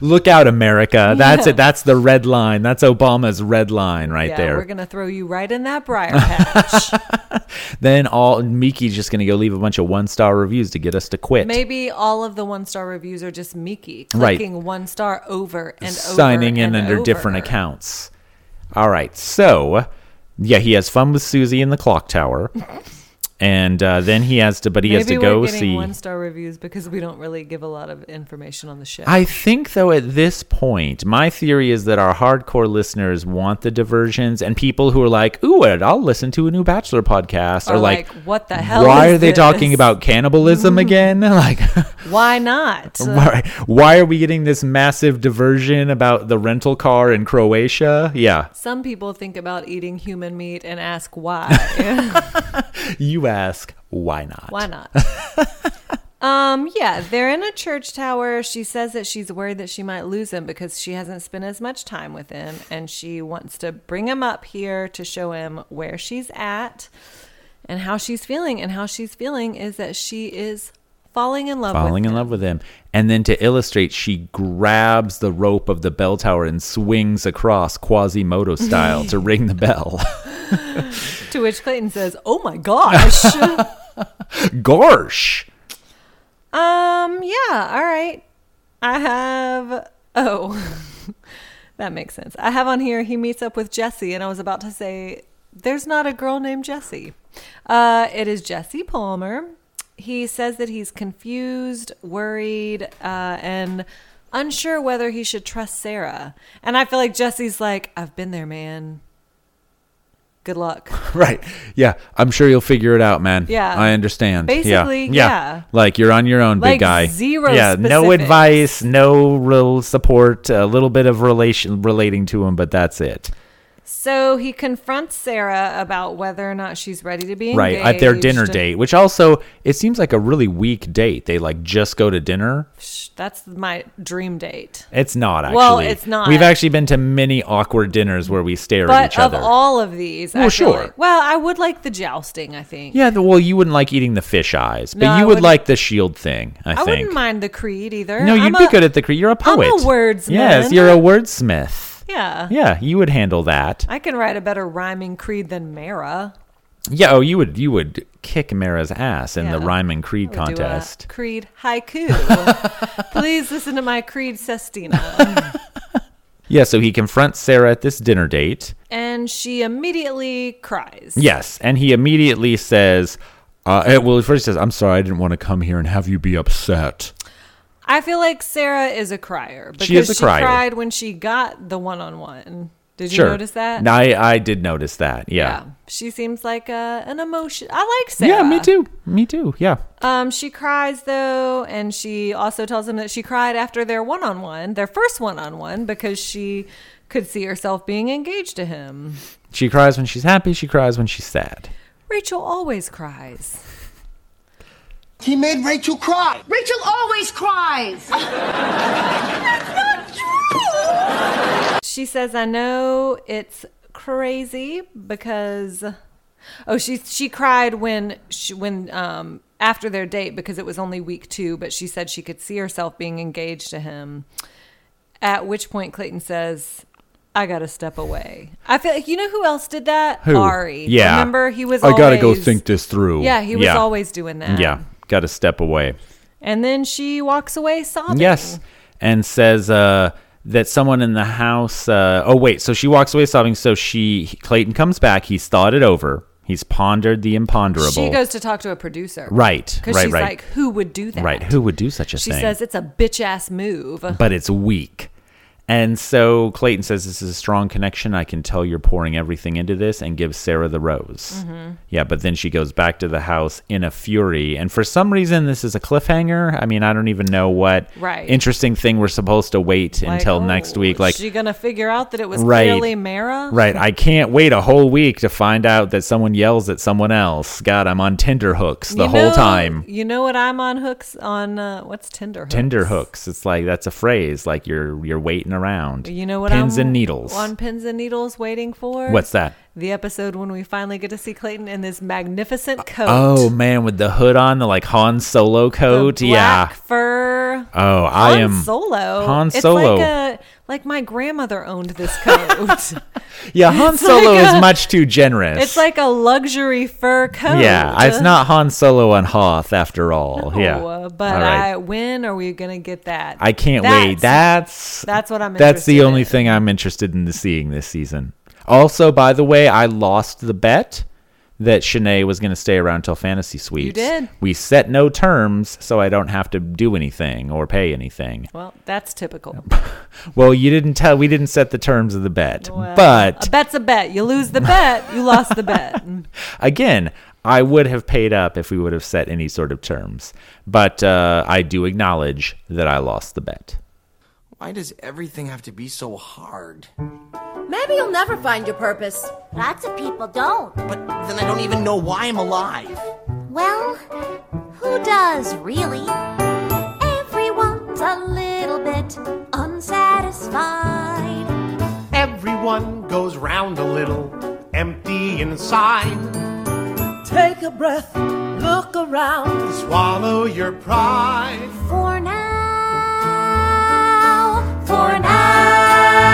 [SPEAKER 1] Look out, America. That's it. That's the red line. That's Obama's red line right
[SPEAKER 2] yeah,
[SPEAKER 1] there.
[SPEAKER 2] we're going to throw you right in that briar patch.
[SPEAKER 1] then all Miki's just gonna go leave a bunch of one star reviews to get us to quit.
[SPEAKER 2] Maybe all of the one star reviews are just Miki
[SPEAKER 1] Right.
[SPEAKER 2] clicking one star over and
[SPEAKER 1] signing
[SPEAKER 2] over
[SPEAKER 1] in
[SPEAKER 2] and
[SPEAKER 1] under
[SPEAKER 2] over.
[SPEAKER 1] different accounts. All right. So yeah, he has fun with Susie in the clock tower. And uh, then he has to, but he
[SPEAKER 2] Maybe
[SPEAKER 1] has to
[SPEAKER 2] we're
[SPEAKER 1] go
[SPEAKER 2] getting
[SPEAKER 1] see.
[SPEAKER 2] one star reviews because we don't really give a lot of information on the show.
[SPEAKER 1] I think, though, at this point, my theory is that our hardcore listeners want the diversions, and people who are like, "Ooh, I'll listen to a new Bachelor podcast," are,
[SPEAKER 2] Are
[SPEAKER 1] like,
[SPEAKER 2] like, "What the hell
[SPEAKER 1] Why
[SPEAKER 2] is
[SPEAKER 1] are they talking
[SPEAKER 2] this?"
[SPEAKER 1] about cannibalism again? Like,
[SPEAKER 2] Why not?
[SPEAKER 1] why, why are we getting this massive diversion about the rental car in Croatia? Yeah,
[SPEAKER 2] Some people think about eating human meat and ask why.
[SPEAKER 1] you ask, why not?
[SPEAKER 2] why not? Um, yeah, they're in a church tower. She says that she's worried that she might lose him because she hasn't spent as much time with him and she wants to bring him up here to show him where she's at and how she's feeling. And how she's feeling is that she is falling in love
[SPEAKER 1] Falling in
[SPEAKER 2] with him.
[SPEAKER 1] love with him. And then to illustrate, she grabs the rope of the bell tower and swings across Quasimodo style to ring the bell.
[SPEAKER 2] To which Clayton says, "Oh my gosh." um,
[SPEAKER 1] Gorsh.
[SPEAKER 2] Um, yeah, all right. I have Oh. that makes sense. I have on here he meets up with Jesse and I was about to say there's not a girl named Jesse. Uh, it is Jesse Palmer. He says that he's confused, worried, uh, and unsure whether he should trust Sarah. And I feel like Jesse's like, I've been there, man. Good luck.
[SPEAKER 1] Right. Yeah. I'm sure you'll figure it out, man.
[SPEAKER 2] Yeah.
[SPEAKER 1] I understand. Yeah.
[SPEAKER 2] Basically,
[SPEAKER 1] yeah.
[SPEAKER 2] yeah.
[SPEAKER 1] Like you're on your own,
[SPEAKER 2] Like,
[SPEAKER 1] big guy.
[SPEAKER 2] zero
[SPEAKER 1] Yeah. No
[SPEAKER 2] specifics.
[SPEAKER 1] advice, no real support, a little bit of relation relating to him, but that's it.
[SPEAKER 2] So he confronts Sarah about whether or not she's ready to be
[SPEAKER 1] Right. At their dinner
[SPEAKER 2] engaged.
[SPEAKER 1] date, which also it seems like a really weak date. They like just go to dinner.
[SPEAKER 2] Shh, That's my dream date.
[SPEAKER 1] It's not actually.
[SPEAKER 2] Well, it's not.
[SPEAKER 1] We've actually been to many awkward dinners where we stare at
[SPEAKER 2] But
[SPEAKER 1] each
[SPEAKER 2] of
[SPEAKER 1] other.
[SPEAKER 2] all of these, I
[SPEAKER 1] Well,
[SPEAKER 2] feel
[SPEAKER 1] sure.
[SPEAKER 2] like- well, I would like the jousting. I think.
[SPEAKER 1] yeah, the- well, you wouldn't like eating the fish eyes, but
[SPEAKER 2] No, I
[SPEAKER 1] you would
[SPEAKER 2] wouldn't.
[SPEAKER 1] like the shield thing. I,
[SPEAKER 2] I
[SPEAKER 1] think.
[SPEAKER 2] wouldn't mind the creed either.
[SPEAKER 1] No,
[SPEAKER 2] I'm
[SPEAKER 1] you'd
[SPEAKER 2] a-
[SPEAKER 1] be good at the. cre- You're a
[SPEAKER 2] I'm
[SPEAKER 1] poet.
[SPEAKER 2] a wordsman.
[SPEAKER 1] Yes, you're a wordsmith.
[SPEAKER 2] Yeah.
[SPEAKER 1] Yeah, you would handle that.
[SPEAKER 2] I can write a better rhyming creed than Mara.
[SPEAKER 1] Yeah, oh, you would. You would kick Mara's ass in the
[SPEAKER 2] Yeah.
[SPEAKER 1] rhyme and creed
[SPEAKER 2] I would do a
[SPEAKER 1] contest.
[SPEAKER 2] creed haiku. Please listen to my creed, Sestina.
[SPEAKER 1] Yeah, so he confronts Sarah at this dinner date.
[SPEAKER 2] And she immediately cries.
[SPEAKER 1] Yes, and he immediately says, uh, eh, well, he first says, I'm sorry, I didn't want to come here and have you be upset.
[SPEAKER 2] I feel like Sarah is a crier because
[SPEAKER 1] She is a crier.
[SPEAKER 2] cried when she got the one on one. Did you
[SPEAKER 1] sure.
[SPEAKER 2] notice that?
[SPEAKER 1] No, I, I did notice that. Yeah.
[SPEAKER 2] Yeah. She seems like uh an emotion. I like
[SPEAKER 1] Yeah,
[SPEAKER 2] Sarah.
[SPEAKER 1] me too. Me too. Yeah.
[SPEAKER 2] Um, she cries though, and she also tells him that she cried after their one on one, their first one on one, because she could see herself being engaged to him.
[SPEAKER 1] She cries when she's happy, she cries when she's sad.
[SPEAKER 2] Rachel always cries.
[SPEAKER 5] He made Rachel cry.
[SPEAKER 7] Rachel always cries.
[SPEAKER 2] She says, I know it's crazy because oh she she cried when she when um after their date because it was only week two, but she said she could see herself being engaged to him. At which point Clayton says I gotta step away. I feel like you know who else did that?
[SPEAKER 1] Who?
[SPEAKER 2] Ari.
[SPEAKER 1] Yeah.
[SPEAKER 2] Remember he was
[SPEAKER 1] I gotta go
[SPEAKER 2] always-
[SPEAKER 1] think this through.
[SPEAKER 2] Yeah, he was always doing that.
[SPEAKER 1] Yeah. Gotta step away.
[SPEAKER 2] And then she walks away sobbing.
[SPEAKER 1] Yes, and says uh, that someone in the house. Uh, oh wait, so she walks away sobbing. So she Clayton comes back. He's thought it over. He's pondered the imponderable.
[SPEAKER 2] She goes to talk to a producer.
[SPEAKER 1] right,
[SPEAKER 2] Because
[SPEAKER 1] right,
[SPEAKER 2] she's
[SPEAKER 1] right,
[SPEAKER 2] like, who would do that?
[SPEAKER 1] right. Who would do such a
[SPEAKER 2] She
[SPEAKER 1] thing?
[SPEAKER 2] says it's a bitch ass move.
[SPEAKER 1] but it's weak. And so Clayton says, This is a strong connection. I can tell you're pouring everything into this and gives Sarah the rose.
[SPEAKER 2] Mm-hmm.
[SPEAKER 1] Yeah, but then she goes back to the house in a fury. And for some reason, this is a cliffhanger. I mean, I don't even know what
[SPEAKER 2] Right.
[SPEAKER 1] interesting thing we're supposed to wait
[SPEAKER 2] Like,
[SPEAKER 1] until
[SPEAKER 2] oh,
[SPEAKER 1] next week.
[SPEAKER 2] is
[SPEAKER 1] Like,
[SPEAKER 2] she gonna figure out that it was
[SPEAKER 1] Right.
[SPEAKER 2] clearly Mara?
[SPEAKER 1] Right. I can't wait a whole week to find out that someone yells at someone else. God, I'm on Tinder hooks the
[SPEAKER 2] You
[SPEAKER 1] whole
[SPEAKER 2] know-
[SPEAKER 1] time.
[SPEAKER 2] You know what I'm on hooks on? Uh, what's Tinder? Hooks?
[SPEAKER 1] Tinder hooks. It's like that's a phrase. Like you're you're waiting around.
[SPEAKER 2] You know what?
[SPEAKER 1] Pins
[SPEAKER 2] I'm
[SPEAKER 1] and needles.
[SPEAKER 2] On pins and needles, waiting for
[SPEAKER 1] What's that?
[SPEAKER 2] The episode when we finally get to see Clayton in this magnificent coat.
[SPEAKER 1] Oh man, with the hood on, the like Han Solo
[SPEAKER 2] The
[SPEAKER 1] coat.
[SPEAKER 2] black
[SPEAKER 1] yeah.
[SPEAKER 2] Fur.
[SPEAKER 1] Oh,
[SPEAKER 2] Han
[SPEAKER 1] I am.
[SPEAKER 2] Solo.
[SPEAKER 1] Han
[SPEAKER 2] It's
[SPEAKER 1] Solo.
[SPEAKER 2] like, a, like my grandmother owned this coat.
[SPEAKER 1] Yeah, Han Solo
[SPEAKER 2] like a-
[SPEAKER 1] is much too generous.
[SPEAKER 2] it's like oh, uh, a luxury fur coat.
[SPEAKER 1] Yeah, it's not Han Solo and Hoth after all. yeah.
[SPEAKER 2] Oh, but
[SPEAKER 1] All right.
[SPEAKER 2] I, when are we gonna get that?
[SPEAKER 1] I can't wait.
[SPEAKER 2] That's-
[SPEAKER 1] That's
[SPEAKER 2] that's what I'm
[SPEAKER 1] That's the
[SPEAKER 2] interested
[SPEAKER 1] only
[SPEAKER 2] in.
[SPEAKER 1] thing I'm interested in seeing this season. Also, by the way, I lost the bet that Shanae was going to stay around till Fantasy Suite.
[SPEAKER 2] did.
[SPEAKER 1] We set no terms, so I don't have to do anything or pay anything.
[SPEAKER 2] Well, that's typical.
[SPEAKER 1] Well, you didn't tell. We didn't set the terms of the bet,
[SPEAKER 2] uh,
[SPEAKER 1] but
[SPEAKER 2] a bet's a bet. You lose the bet, you lost the bet.
[SPEAKER 1] again, I would have paid up if we would have set any sort of terms. But uh, I do acknowledge that I lost the bet.
[SPEAKER 8] Why does everything have to be so hard?
[SPEAKER 7] Maybe you'll never find your purpose.
[SPEAKER 9] Lots of people don't.
[SPEAKER 8] But then I don't even know why I'm alive.
[SPEAKER 9] Well, who does really? Everyone's a little bit unsatisfied.
[SPEAKER 4] Everyone goes round a little, empty inside.
[SPEAKER 6] Take a breath, look around.
[SPEAKER 4] Swallow your pride.
[SPEAKER 9] For now, for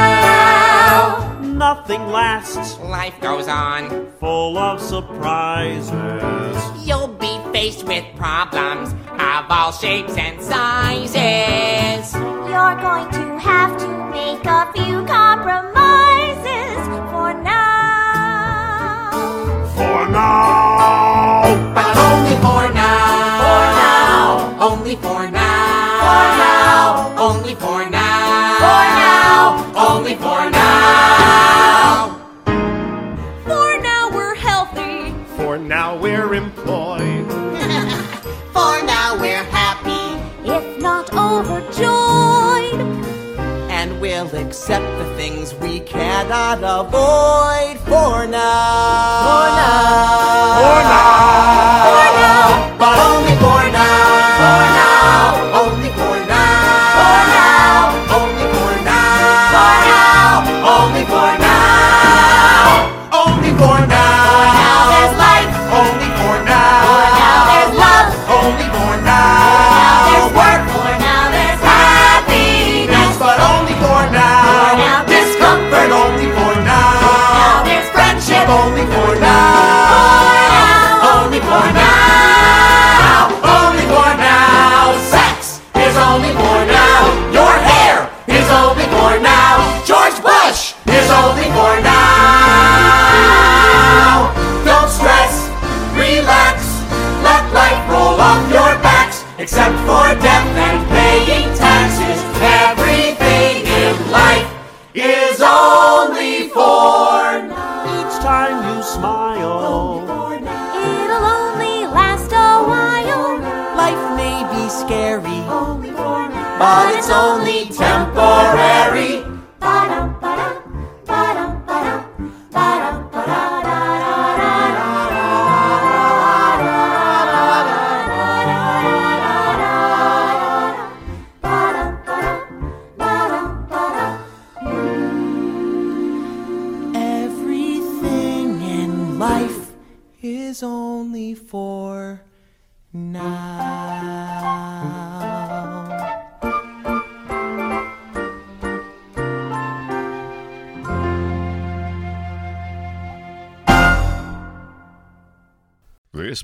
[SPEAKER 9] now.
[SPEAKER 4] Nothing lasts,
[SPEAKER 8] Life goes on.
[SPEAKER 4] full of surprises.
[SPEAKER 8] You'll be faced with problems of all shapes and sizes.
[SPEAKER 9] You're going to have to make a few compromises. For now,
[SPEAKER 4] For now.
[SPEAKER 8] But only for now. For now. Only for now. For now. Only for now. For now. Only for now.
[SPEAKER 9] for now we're healthy.
[SPEAKER 4] For now we're employed.
[SPEAKER 8] For now we're happy.
[SPEAKER 9] if not overjoyed.
[SPEAKER 8] And we'll accept the things we cannot avoid for now. For now. For now. For now. But only for now. For now. Only for now. For now. Only for now. For now. Only for now. Only for now. For now there's life. Only for now. For now there's love. Only for now. For now there's work. For now there's happiness. But only for now. For now discomfort. Only for now. For now there's friendship. Only for
[SPEAKER 10] you smile.
[SPEAKER 9] It'll only last a while.
[SPEAKER 11] Life may be scary,
[SPEAKER 9] But
[SPEAKER 11] but it's only temporary. Everything in life is only for now.
[SPEAKER 8] This